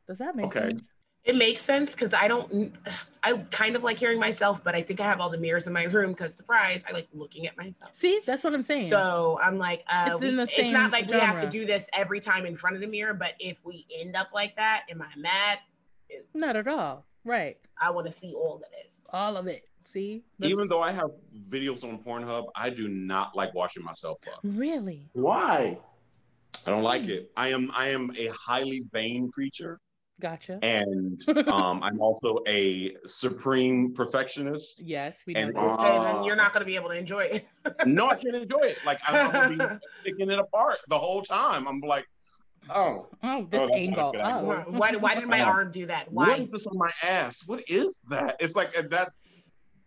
Does that make
Okay.
sense?
it makes sense because I don't I kind of like hearing myself, but I think I have all the mirrors in my room because surprise, I like looking at myself.
See, that's what I'm saying.
So I'm like, uh,
It's
we-
in the
it's
same
not like we have to
genre.
do this every time in front of the mirror, but if we end up like that, am I mad?
not at all. Right,
I want to see all of this.
all of it. See,
even though I have videos on Pornhub, I do not like washing myself up.
really,
Why?
I don't like it. I am I am a highly vain creature,
gotcha.
and um, I'm also a supreme perfectionist.
yes, we
and-
know.
okay, then you're not going to be able to enjoy it.
No, I can't enjoy it. Like I'm, I'm gonna
(laughs)
be picking it apart the whole time. I'm like, oh,
Oh, this
that's not a
angle.
good idea.
Oh.
why, why did my
Uh,
arm do that?
what
Why?
is this on my ass? What is that? It's like and that's.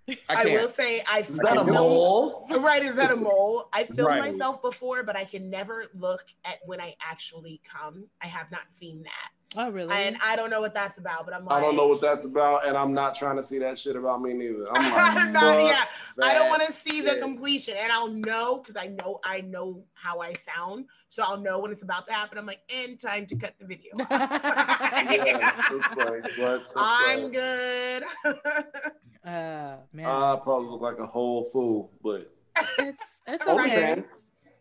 I
I,
can't.
will say I
Is that a
filmed-
mole?
Right, is that a mole? I filmed
Right.
myself before, but I can never look at when I actually come. I have not seen that.
oh, really?
And I don't know what that's about, but I'm like
I don't
(laughs)
know what that's about, and I'm not trying to see that shit about me neither.
(laughs)
I'm like,
I'm not-
fuck
yeah, I don't
that
want to see the
shit.
completion, and I'll know because I know I know how I sound, so I'll know when it's about to happen. I'm like, and time to cut
(laughs)
the video. (laughs)
Yeah, (laughs) it's like, what the
I'm
fuck?
good. (laughs)
uh, man.
Uh,
I probably look like a whole fool, but
It's it's okay. okay.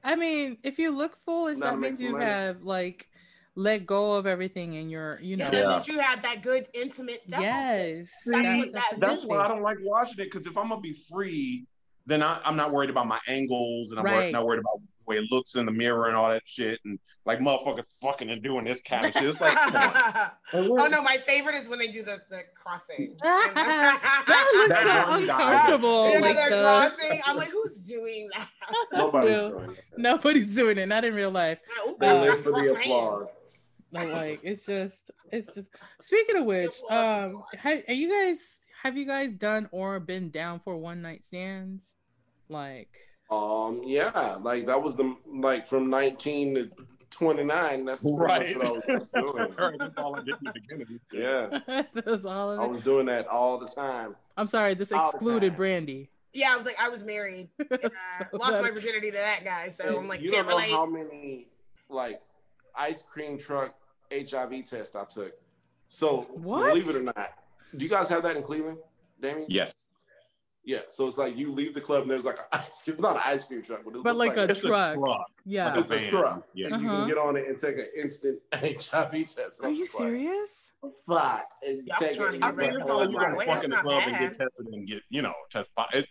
I mean, if you look foolish, that means you money. have like let go of everything and you're you know
yeah, that means you have that good intimate
depth. yes
See, that, that's, that's why i don't like watching it because if i'm gonna be free then I, am not worried about my angles and i'm right. not worried about the way it looks in the mirror and all that shit and like motherfuckers fucking and doing this kind of shit
(laughs)
it's like
oh no my favorite is when they do the, the crossing
(laughs) that looks that so uncomfortable Oh uh,
you know, the crossing. i'm like who's doing that
nobody's, doing it. (laughs) nobody's doing it not in real life
they're there for the applause
like it's just it's just speaking of which um have, are you guys have you guys done or been down for one night stands like (laughs)
um yeah like that was the like from 19 to 29 that's right what i
(laughs)
was doing yeah
that was all of it.
i was doing that all the time
i'm sorry this all excluded brandy (laughs)
yeah i was like i was married and, uh, so lost bad. my virginity to that guy so and i'm like
you don't know relate. how many like ice cream truck HIV test I took. So what? believe it or not, do you guys have that in Cleveland, Damien?
Yes.
Yeah, so it's like you leave the club and there's like an (laughs) ice cream, not an ice cream truck, but,
but like, like, a, truck. a truck. Yeah,
like it's a truck. Yeah, uh-huh. you can get on it and take an instant (laughs) HIV test.
Are you serious?
Like, Fuck, and "Oh,
yeah, take I'm it.
I mean, it's not like oh, you're gonna walk in the club bad. and get tested and get you know test. It,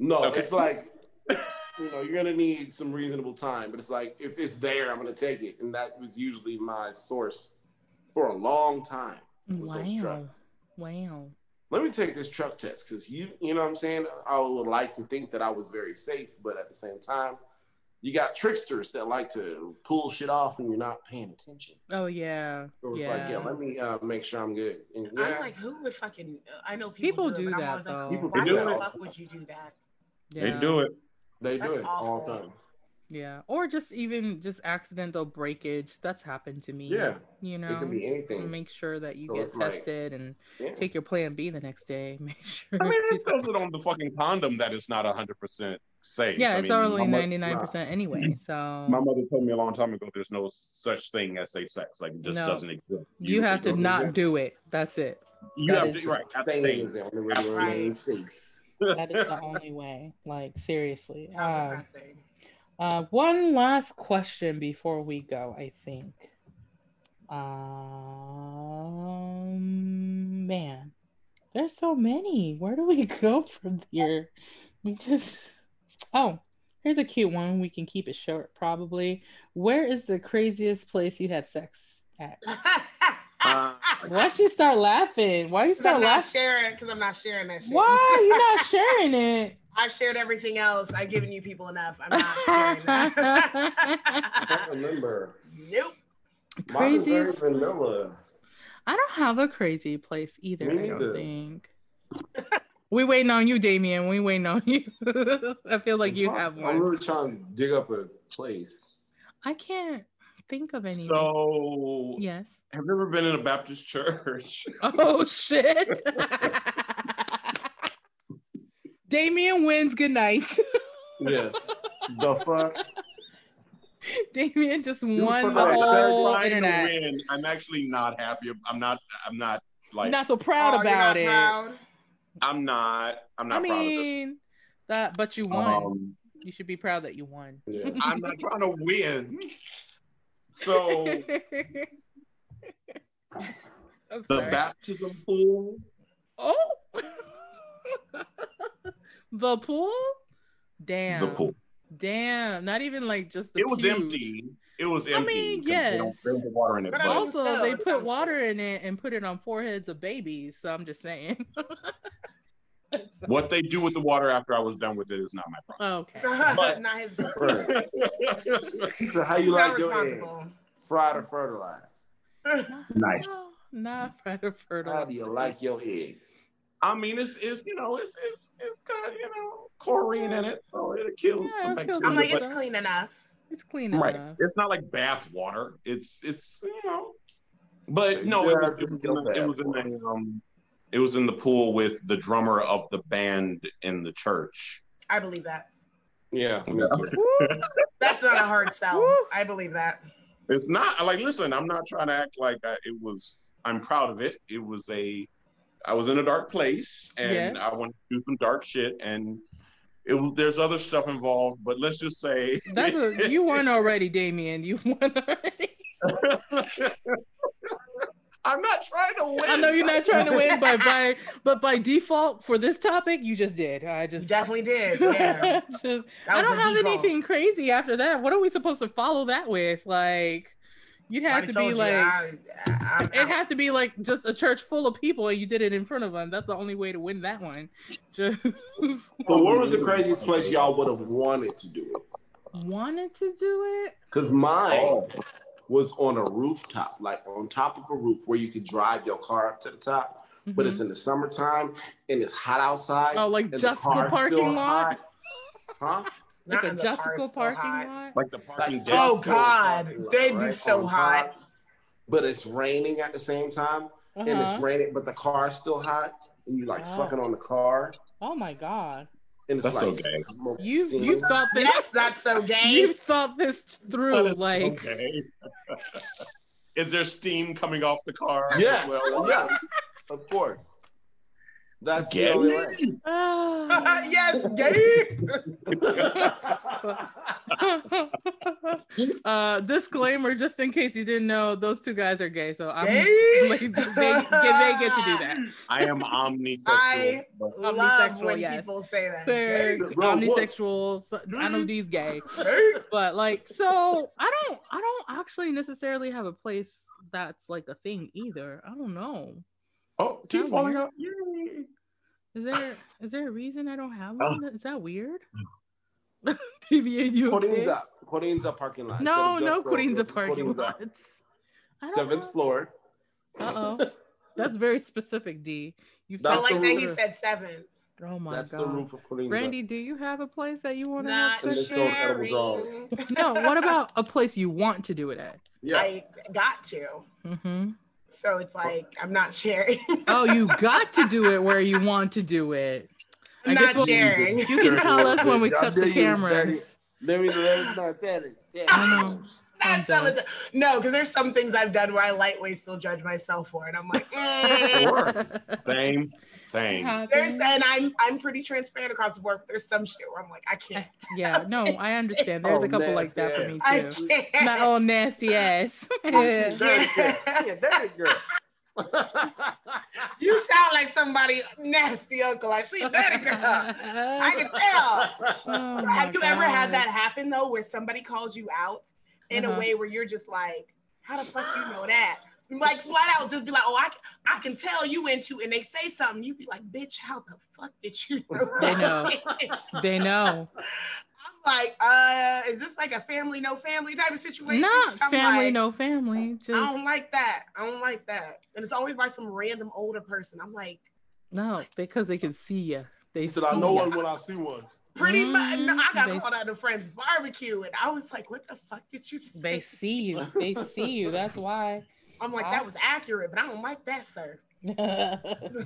no, okay. it's like you know, you're gonna need some reasonable time. But it's like if it's there, I'm gonna take it, and that was usually my source for a long time.
Wow. Wow.
Let me take this truck test because you, you know, what I'm saying I would like to think that I was very safe, but at the same time, you got tricksters that like to pull shit off and you're not paying attention.
Oh yeah.
So it's
yeah.
like, yeah, let me uh, make sure I'm good. And, yeah.
I'm like, who would fucking? I know people,
people do,
do
that. Though.
Like, people why do the fuck that. would you do that?
Yeah. They do it.
They That's do it awful. all the time.
Yeah, or just even just accidental breakage. That's happened to me.
Yeah,
you know,
it can be anything.
Make sure that you so get tested like, and yeah. take your Plan B the next day. (laughs) Make sure.
I mean, it says it on the fucking condom that it's not hundred percent safe.
Yeah,
I
it's only ninety nine percent anyway. So
my mother told me a long time ago, there's no such thing as safe sex. Like, it just no. doesn't exist.
You, you have to not exist. do it. That's it.
You that have to right.
Things that remain safe.
that is the only way. Like seriously. Um,
(laughs)
uh, one last question before we go. I think. Um, man, there's so many. Where do we (laughs) go from here? We just. Oh, here's a cute one. We can keep it short, probably. Where is the craziest place you had sex at? Uh,
Ah,
Why should you start laughing? Why you start
I'm
laughing?
Sharing because I'm not sharing that shit.
Why you
(laughs)
not sharing it?
I've shared everything else. I've given you people enough. I'm
(laughs)
not sharing that. (laughs)
remember.
Nope.
Crazy.
vanilla.
I don't have a crazy place either. I don't think. we waiting on you, Damien. We waiting on you. (laughs) I feel like I'm you
trying,
have one.
I'm really trying to dig up a place.
I can't think of any.
So
yes, (laughs)
have you ever been in a Baptist church?
Oh shit! (laughs) Damien wins. Good night. (laughs)
yes. The fuck.
Damien just you won the whole internet.
I'm actually not happy. I'm not. I'm not like.
You're not so proud oh, about it. Proud.
I'm not. I'm not. I mean,
that. But you won. Um, you should be proud that you won.
(laughs)
Yeah. I'm not trying to win. So
oh. (laughs)
the baptism pool.
Oh, the pool. Damn.
The pool.
Damn. Not even like just the.
It was
pews.
empty. It was empty. I
mean, yes.
They do water in it,
but, but also still, they put water in it and put it on foreheads of babies. So I'm just saying. (laughs)
what they do with the water after I was done with it is not my problem.
Okay. But,
(laughs) not his problem.
so how you He's like your eggs? Fried or fertilized?
nice.
Not fried or fertilized.
How do you like your eggs?
(laughs) I mean, it's, it's you know, it's it's it's got you know chlorine in it, so it kills.
Yeah, it kills I'm like, it's clean enough.
It's clean
right.
enough.
It's not like bath water. It's it's you know, but no, yeah, it was, it was, in, the, it was in the um, it was in the pool with the drummer of the band in the church.
I believe that.
Yeah.
That's not a hard sell. I believe that.
It's not like listen, I'm not trying to act like I, it was I'm proud of it. It was a I was in a dark place and yes. I wanted to do some dark shit and
It, there's other stuff involved, but let's just say (laughs)
that's a, you won already, Damien. You won already. (laughs)
I'm not trying to win. I
know you're not trying to win, but by but by default for this topic, you just did. I just (laughs)
you definitely did. Yeah.
just, I don't have default. anything crazy after that. What are we supposed to follow that with? Like you'd have Already to be like I, I, it'd have to be like just a church full of people and you did it in front of them. That's the only way to win that one.
Just... so where was the craziest place y'all would have wanted to do it?
(laughs) Wanted to do it?
Because mine oh was on a rooftop, like on top of a roof where you could drive your car up to the top. Mm-hmm. But it's in the summertime and it's hot outside.
Oh, like Justical parking lot?
Hot. Huh?
like Not a Justical parking lot?
Like the parking like,
Oh, God. Lot, They'd right? be so on hot. Top.
But it's raining at the same time uh-huh. and it's raining, but the car's still hot and you're like wow. fucking on the car.
Oh, my God.
And it's
that's
like,
gay.
so
You you thought this?
Yes, that's so gay.
You thought this (laughs) through, oh, like.
Okay. (laughs) Is there steam coming off the car?
Yes. Well? yeah. Of course. That's
gay.
ah. (laughs)
Uh, (laughs) yes, gay.
(laughs) uh, disclaimer, just in case you didn't know, those two guys are gay, so I'm (laughs) like, they, they, get to do that.
I am omnisexual.
I love when yes. people say that.
They're Bro, omnisexual. So I
Mm-hmm.
know D's gay, but like, so I don't, I don't actually necessarily have a place that's like a thing either. I don't know.
Oh, teeth falling out.
Is there is there a reason I don't have one?
Oh.
Is that weird? (laughs) TVA, you
Corinza, Corinza parking lot.
No, no Corinza parking (laughs) lot.
(laughs) Seventh know. floor. (laughs)
Uh oh, that's very specific, D.
You felt like that he said seven.
Oh my
That's
god.
the roof of Corinza.
Randy, do you have a place that you want to
Not have sex?
no, what about a place you want to do it at?
Yeah. I got to.
Mm-hmm.
So it's like I'm not sharing. (laughs)
oh, you got to do it where you want to do it.
I'm not we'll, (laughs) sharing.
You can tell us when we cut the cameras.
Let me not tell it.
I know.
No, because there's some things I've done where I lightweight still judge myself for, and I'm (laughs) like, (laughs)
mm. same, same.
There's and I'm I'm pretty transparent across the board. But there's some shit where I'm like, I can't.
Yeah, no, I understand. There's oh, a couple like that ass. for me too.
I can't.
My old nasty
(laughs)
ass.
dirty girl. Dirty (laughs) girl.
you sound like somebody nasty uncle. Like she's dirty
(laughs)
girl. I can tell. Oh Have you God. ever had that happen though, where somebody calls you out in uh-huh. a way where you're just like, how the fuck you know that? Like flat out, just be like, oh, I, I can tell you into, and they say something, you be like, bitch, how the fuck did you know?
(laughs) They know. they know.
(laughs) I'm like, uh, is this like a family no family type of situation?
Not family like, no
Oh
family. Just I
don't like that. I don't like that. And it's always by some random older person. I'm like,
no, because they can see you. They
said, I know one when I see one
pretty much.
Mm,
No, I got they, called out of friends barbecue, and I was like, "What the fuck did you
(laughs)
just?"
They
say?
see you. They see you. That's why. (laughs)
I'm like, I, that was accurate, but I don't like that, sir.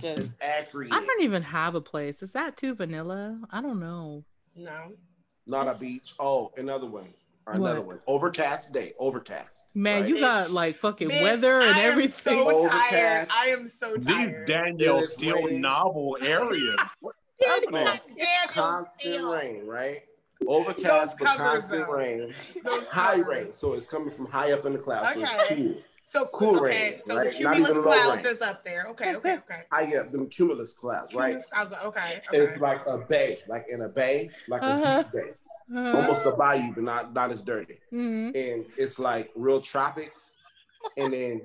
just accurate.
I don't even have a place. Is that too vanilla? I don't know.
No.
Not a beach. Oh, another one. Or another what? one. Overcast day. Overcast.
Man, right? you got like fucking bitch, weather and everything.
(laughs)
so overcast. tired. I am so tired.
These Daniel Steele novel areas.
constant rain, right? Overcast but constant though. rain. Those high covers. rain, so it's coming from high up in the clouds, okay. so it's cool.
So
cool
okay.
rain,
so
right?
the cumulus clouds rain. is up there. Okay, okay, okay.
I yeah, them cumulus clouds,
cumulus right? Clouds, okay,
okay. It's like a bay, like in a bay, like uh-huh. a bay, uh-huh. almost a bayou, but not not as dirty.
Uh, Mm-hmm.
And it's like real tropics, and then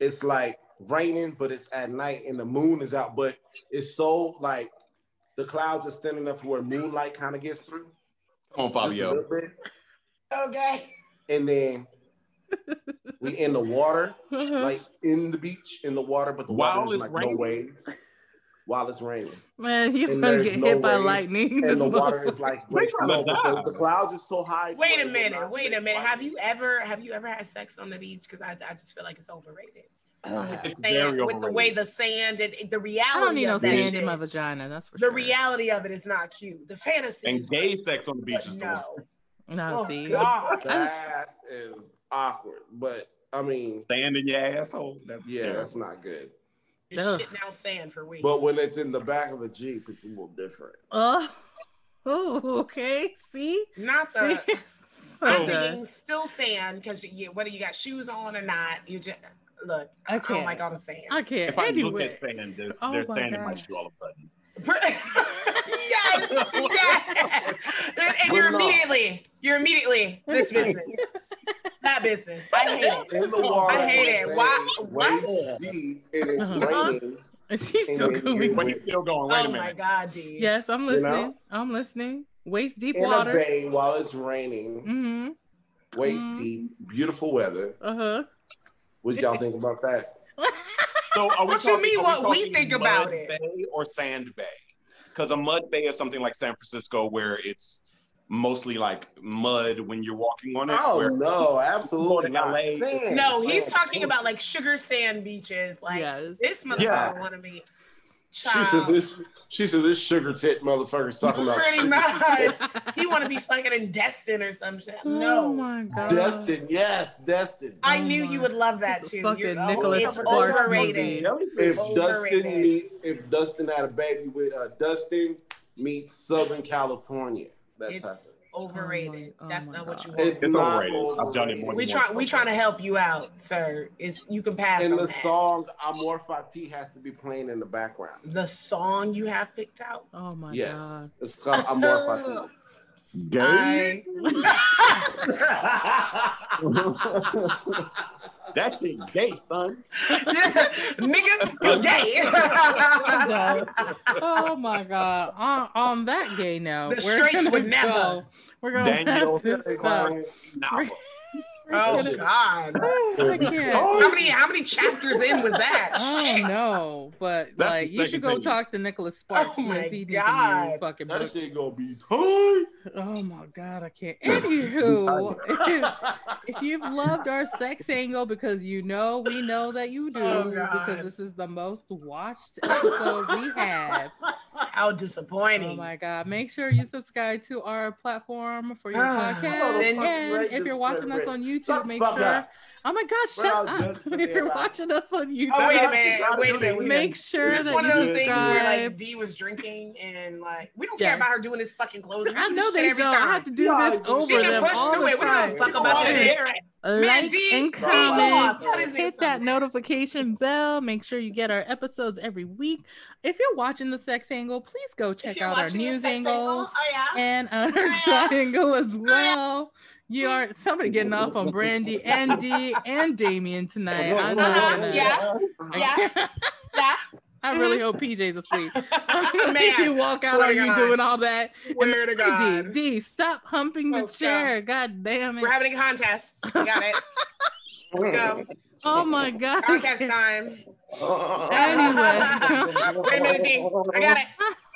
it's like raining, but it's at night and the moon is out, but it's so like the clouds is thin enough where moonlight kind of gets through.
Come on, Fabio.
Okay.
And
(laughs)
then we in the water, uh-huh. (laughs) like in the beach, in the water, but the
while
water is like
raining.
no waves. While it's
(laughs)
raining,
man, you gonna get no hit by waves, lightning. (laughs)
And the water is like the, the clouds is so high.
Wait a minute, wait a minute. Have you ever have you ever had sex on the beach? Because I, I just feel like it's overrated.
Uh, it's sand,
with the way the sand and the reality. I
don't need no
of that
sand in my vagina. That's for
the
sure.
reality of it is not cute. The fantasy
and gay great. sex on the beach is
no. No,
oh, see, God. that is awkward. But I mean,
sand in your asshole. That's
yeah, terrible. that's not good.
You're Ugh. shitting out sand for weeks.
But when it's in the back of a jeep, it's a little different.
Uh. (laughs) Oh, okay. See, (laughs)
Not the.
See? So-
I'm thinking still sand because you, whether you got shoes on or not, you just look.
oh
I,
I
don't
can't.
like all the sand.
I can't.
If I look
anyway.
at sand, there's,
Oh
there's
my
sand in my
God.
shoe all of a sudden.
(laughs) yes, yes. And, and you're
Well, no.
immediately, you're immediately this business, that business. I
(laughs)
hate it.
in the water.
I hate it. Why-
Waist deep and it's
Uh-huh.
raining.
And (laughs) she's
And
still
then
going.
you-
But he's still going. Wait
oh
a
my
minute.
God, dude.
Yes, I'm
You know?
listening. I'm listening. Waist deep
In a
water.
bay while it's raining,
Mm-hmm.
waist
Mhm.
deep, beautiful weather.
Uh
What y'all think about that?
huh.
So are we
What you
talking-
mean
are
what we
talking
think about
mud
it?
Bay or sand bay? Because a mud bay is something like San Francisco where it's mostly like mud when you're walking on it.
Oh
where
no, absolutely
Going to
not.
LA.
Sand,
No, he's
sand,
talking
sand.
about like sugar sand beaches. Like
yes.
(laughs)
this motherfucker
Yeah.
want to be.
She said
Child.
this. She said this sugar tit motherfucker's talking about
Pretty
sugar
much. He want to be fucking in Destin or some shit.
(laughs) Oh
No.
my god.
Destin, yes, Destin.
I
Oh
knew
my.
you would love that
This
too.
is fucking
You're- oh,
Nicholas
it's
Sparks
overrated.
movie.
If
Overrated.
Dustin meets, if Dustin had a baby with uh, Dustin meets Southern California, that
It's
type of.
overrated.
Oh my- oh
That's
my
not what you
God.
want.
It's,
It's
not
overrated. I've done it more than
overrated.
we try. We trying to help you out, sir. It's you can pass.
And
on
the
that.
song "Amor Fati" has to be playing in the background.
the song you have picked out.
Oh my
yes,
god.
it's called "Amor
(laughs)
Fati." (laughs)
I, (laughs)
that shit gay, son.
nigga, you
(laughs)
I'm
gay.
done. oh my god.
(laughs)
On, on that gay now.
The
we're
straights
gonna
would
go.
never.
We're gonna
Daniel
have this stuff.
Craig novel.
We're
(laughs) oh
gonna-
God!
Oh,
I can't.
How many how many chapters in was that?
(laughs) I don't know, but
That's
like
the
you
second
should go
thing.
talk to Nicholas Sparks. E
Oh
because he
my
needs a new
God.
fucking
that
book.
shit gonna be tight.
Oh my god, I can't.
(laughs)
Anywho, (laughs) if, if you've loved our sex angle because you know we know that you do
Oh, God.
because this is the most watched episode
(laughs)
we have.
How disappointing!
Oh my god! Make sure you subscribe to our platform for your
Ah,
podcast.
send-
And if you're watching us on YouTube,
Shut the
make
fuck
sure.
up.
Oh my god!
We're all
Shut
just
up! (laughs) If you're
about-
watching us on YouTube,
oh wait a
Y'all-
minute!
y'all
Wait a
do
minute!
that.
We
make sure
It's
that
one of
you
those things where like
subscribe.
D was drinking and like we don't
Yeah.
care about her doing his fucking clothes.
I
We do
know
shit
they
every
don't.
Time.
I have to do
Yeah,
this
she
over
she can
them
push
all
through
the
it. We
time.
don't fuck
Oh,
about
shit.
shit.
like
D,
and
come on,
comment.
tell this nigga
Hit that
something.
notification bell. Make sure you get our episodes every week. If you're watching the sex angle, please go
If
check
you're
out our
watching this
news
sex angle,
angles
oh
(laughs)
yeah.
and
(laughs)
our (laughs) triangle as well. You are somebody getting off on Brandy and D and Damien tonight.
Oh,
I know
Uh-huh,
tonight.
yeah,
(laughs)
yeah. yeah. Mm-hmm.
I really hope PJ's
(laughs)
asleep. (laughs)
Man,
you walk out on
swear to
you
God.
doing all that.
Swear to God. Oh,
D, D, stop humping the
Let's go.
chair. God damn
We're
it.
having a contest. We got it. Let's (laughs) go.
Oh my God.
Contest time.
(laughs)
Anyway. (laughs)
Wait a minute, D. I got it.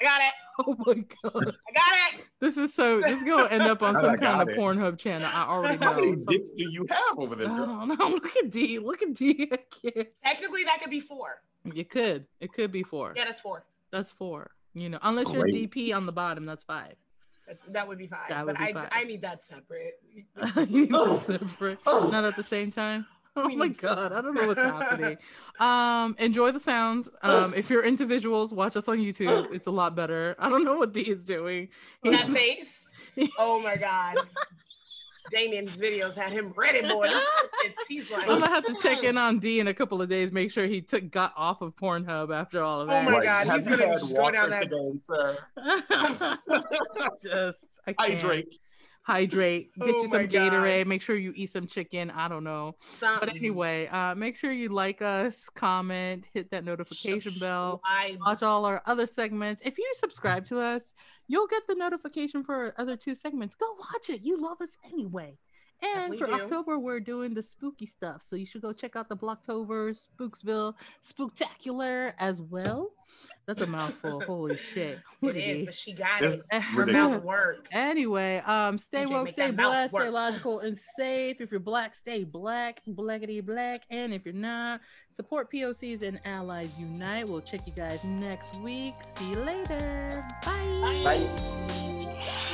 I got it.
oh my God.
I got it.
This is so, this is going to end up on
I
some
got
kind of
it.
Pornhub channel.
(laughs)
I already
How many
know. So-
dicks do you have over
I
there?
Oh
girl?
don't know. (laughs) Look at D. Look at D. (laughs) I can't.
Technically, that could be four.
You could. It could be four.
Yeah, that's four.
That's four. You know, unless you're
Great.
DP on the bottom, that's five. (laughs)
That's, that would be five.
That would
but
be
I,
five.
I need that separate.
You know,
Oh.
separate.
Oh.
Not at the
(laughs)
same time. Oh
We
my
need
god,
four.
I don't know what's happening. Um, enjoy the sounds.
Oh.
Um, if you're into visuals, watch us on YouTube. It's a lot better. I don't know what D is doing.
That
(laughs)
face. Oh my God. Damien's videos had him ready, boy. It's, he's like,
I'm gonna have to check
(laughs)
in on D in a couple of days, make sure he took got off of Pornhub after all of
Oh
that.
my God,
have
he's
you
gonna
had
just go down
water
that-
today, sir?
(laughs)
(laughs)
Just I can't.
Hydrate.
Hydrate. Get
Oh
you some
my God. Mm-hmm.
Gatorade. Make sure you eat some chicken. I don't know.
something.
But anyway, uh, make sure you like us, comment, hit that notification bell,
Subscribe.
watch all our other segments. If you subscribe to us, you'll get the notification for our other two segments. Go watch it. You love us anyway. And
we
for
do.
October, we're doing the spooky stuff. So you should go check out the Blocktober, Spooksville, Spooktacular as well. That's a mouthful. Holy shit.
It is, but she got it.
It's
(laughs) Her
ridiculous.
mouth work.
Anyway, um, stay
DJ,
woke,
make
stay
that mouth
blessed, stay
work.
logical, and safe. If you're black, stay black, blackity black. And if you're not, support POCs and allies unite. We'll check you guys next week. See you later. Bye.
Bye.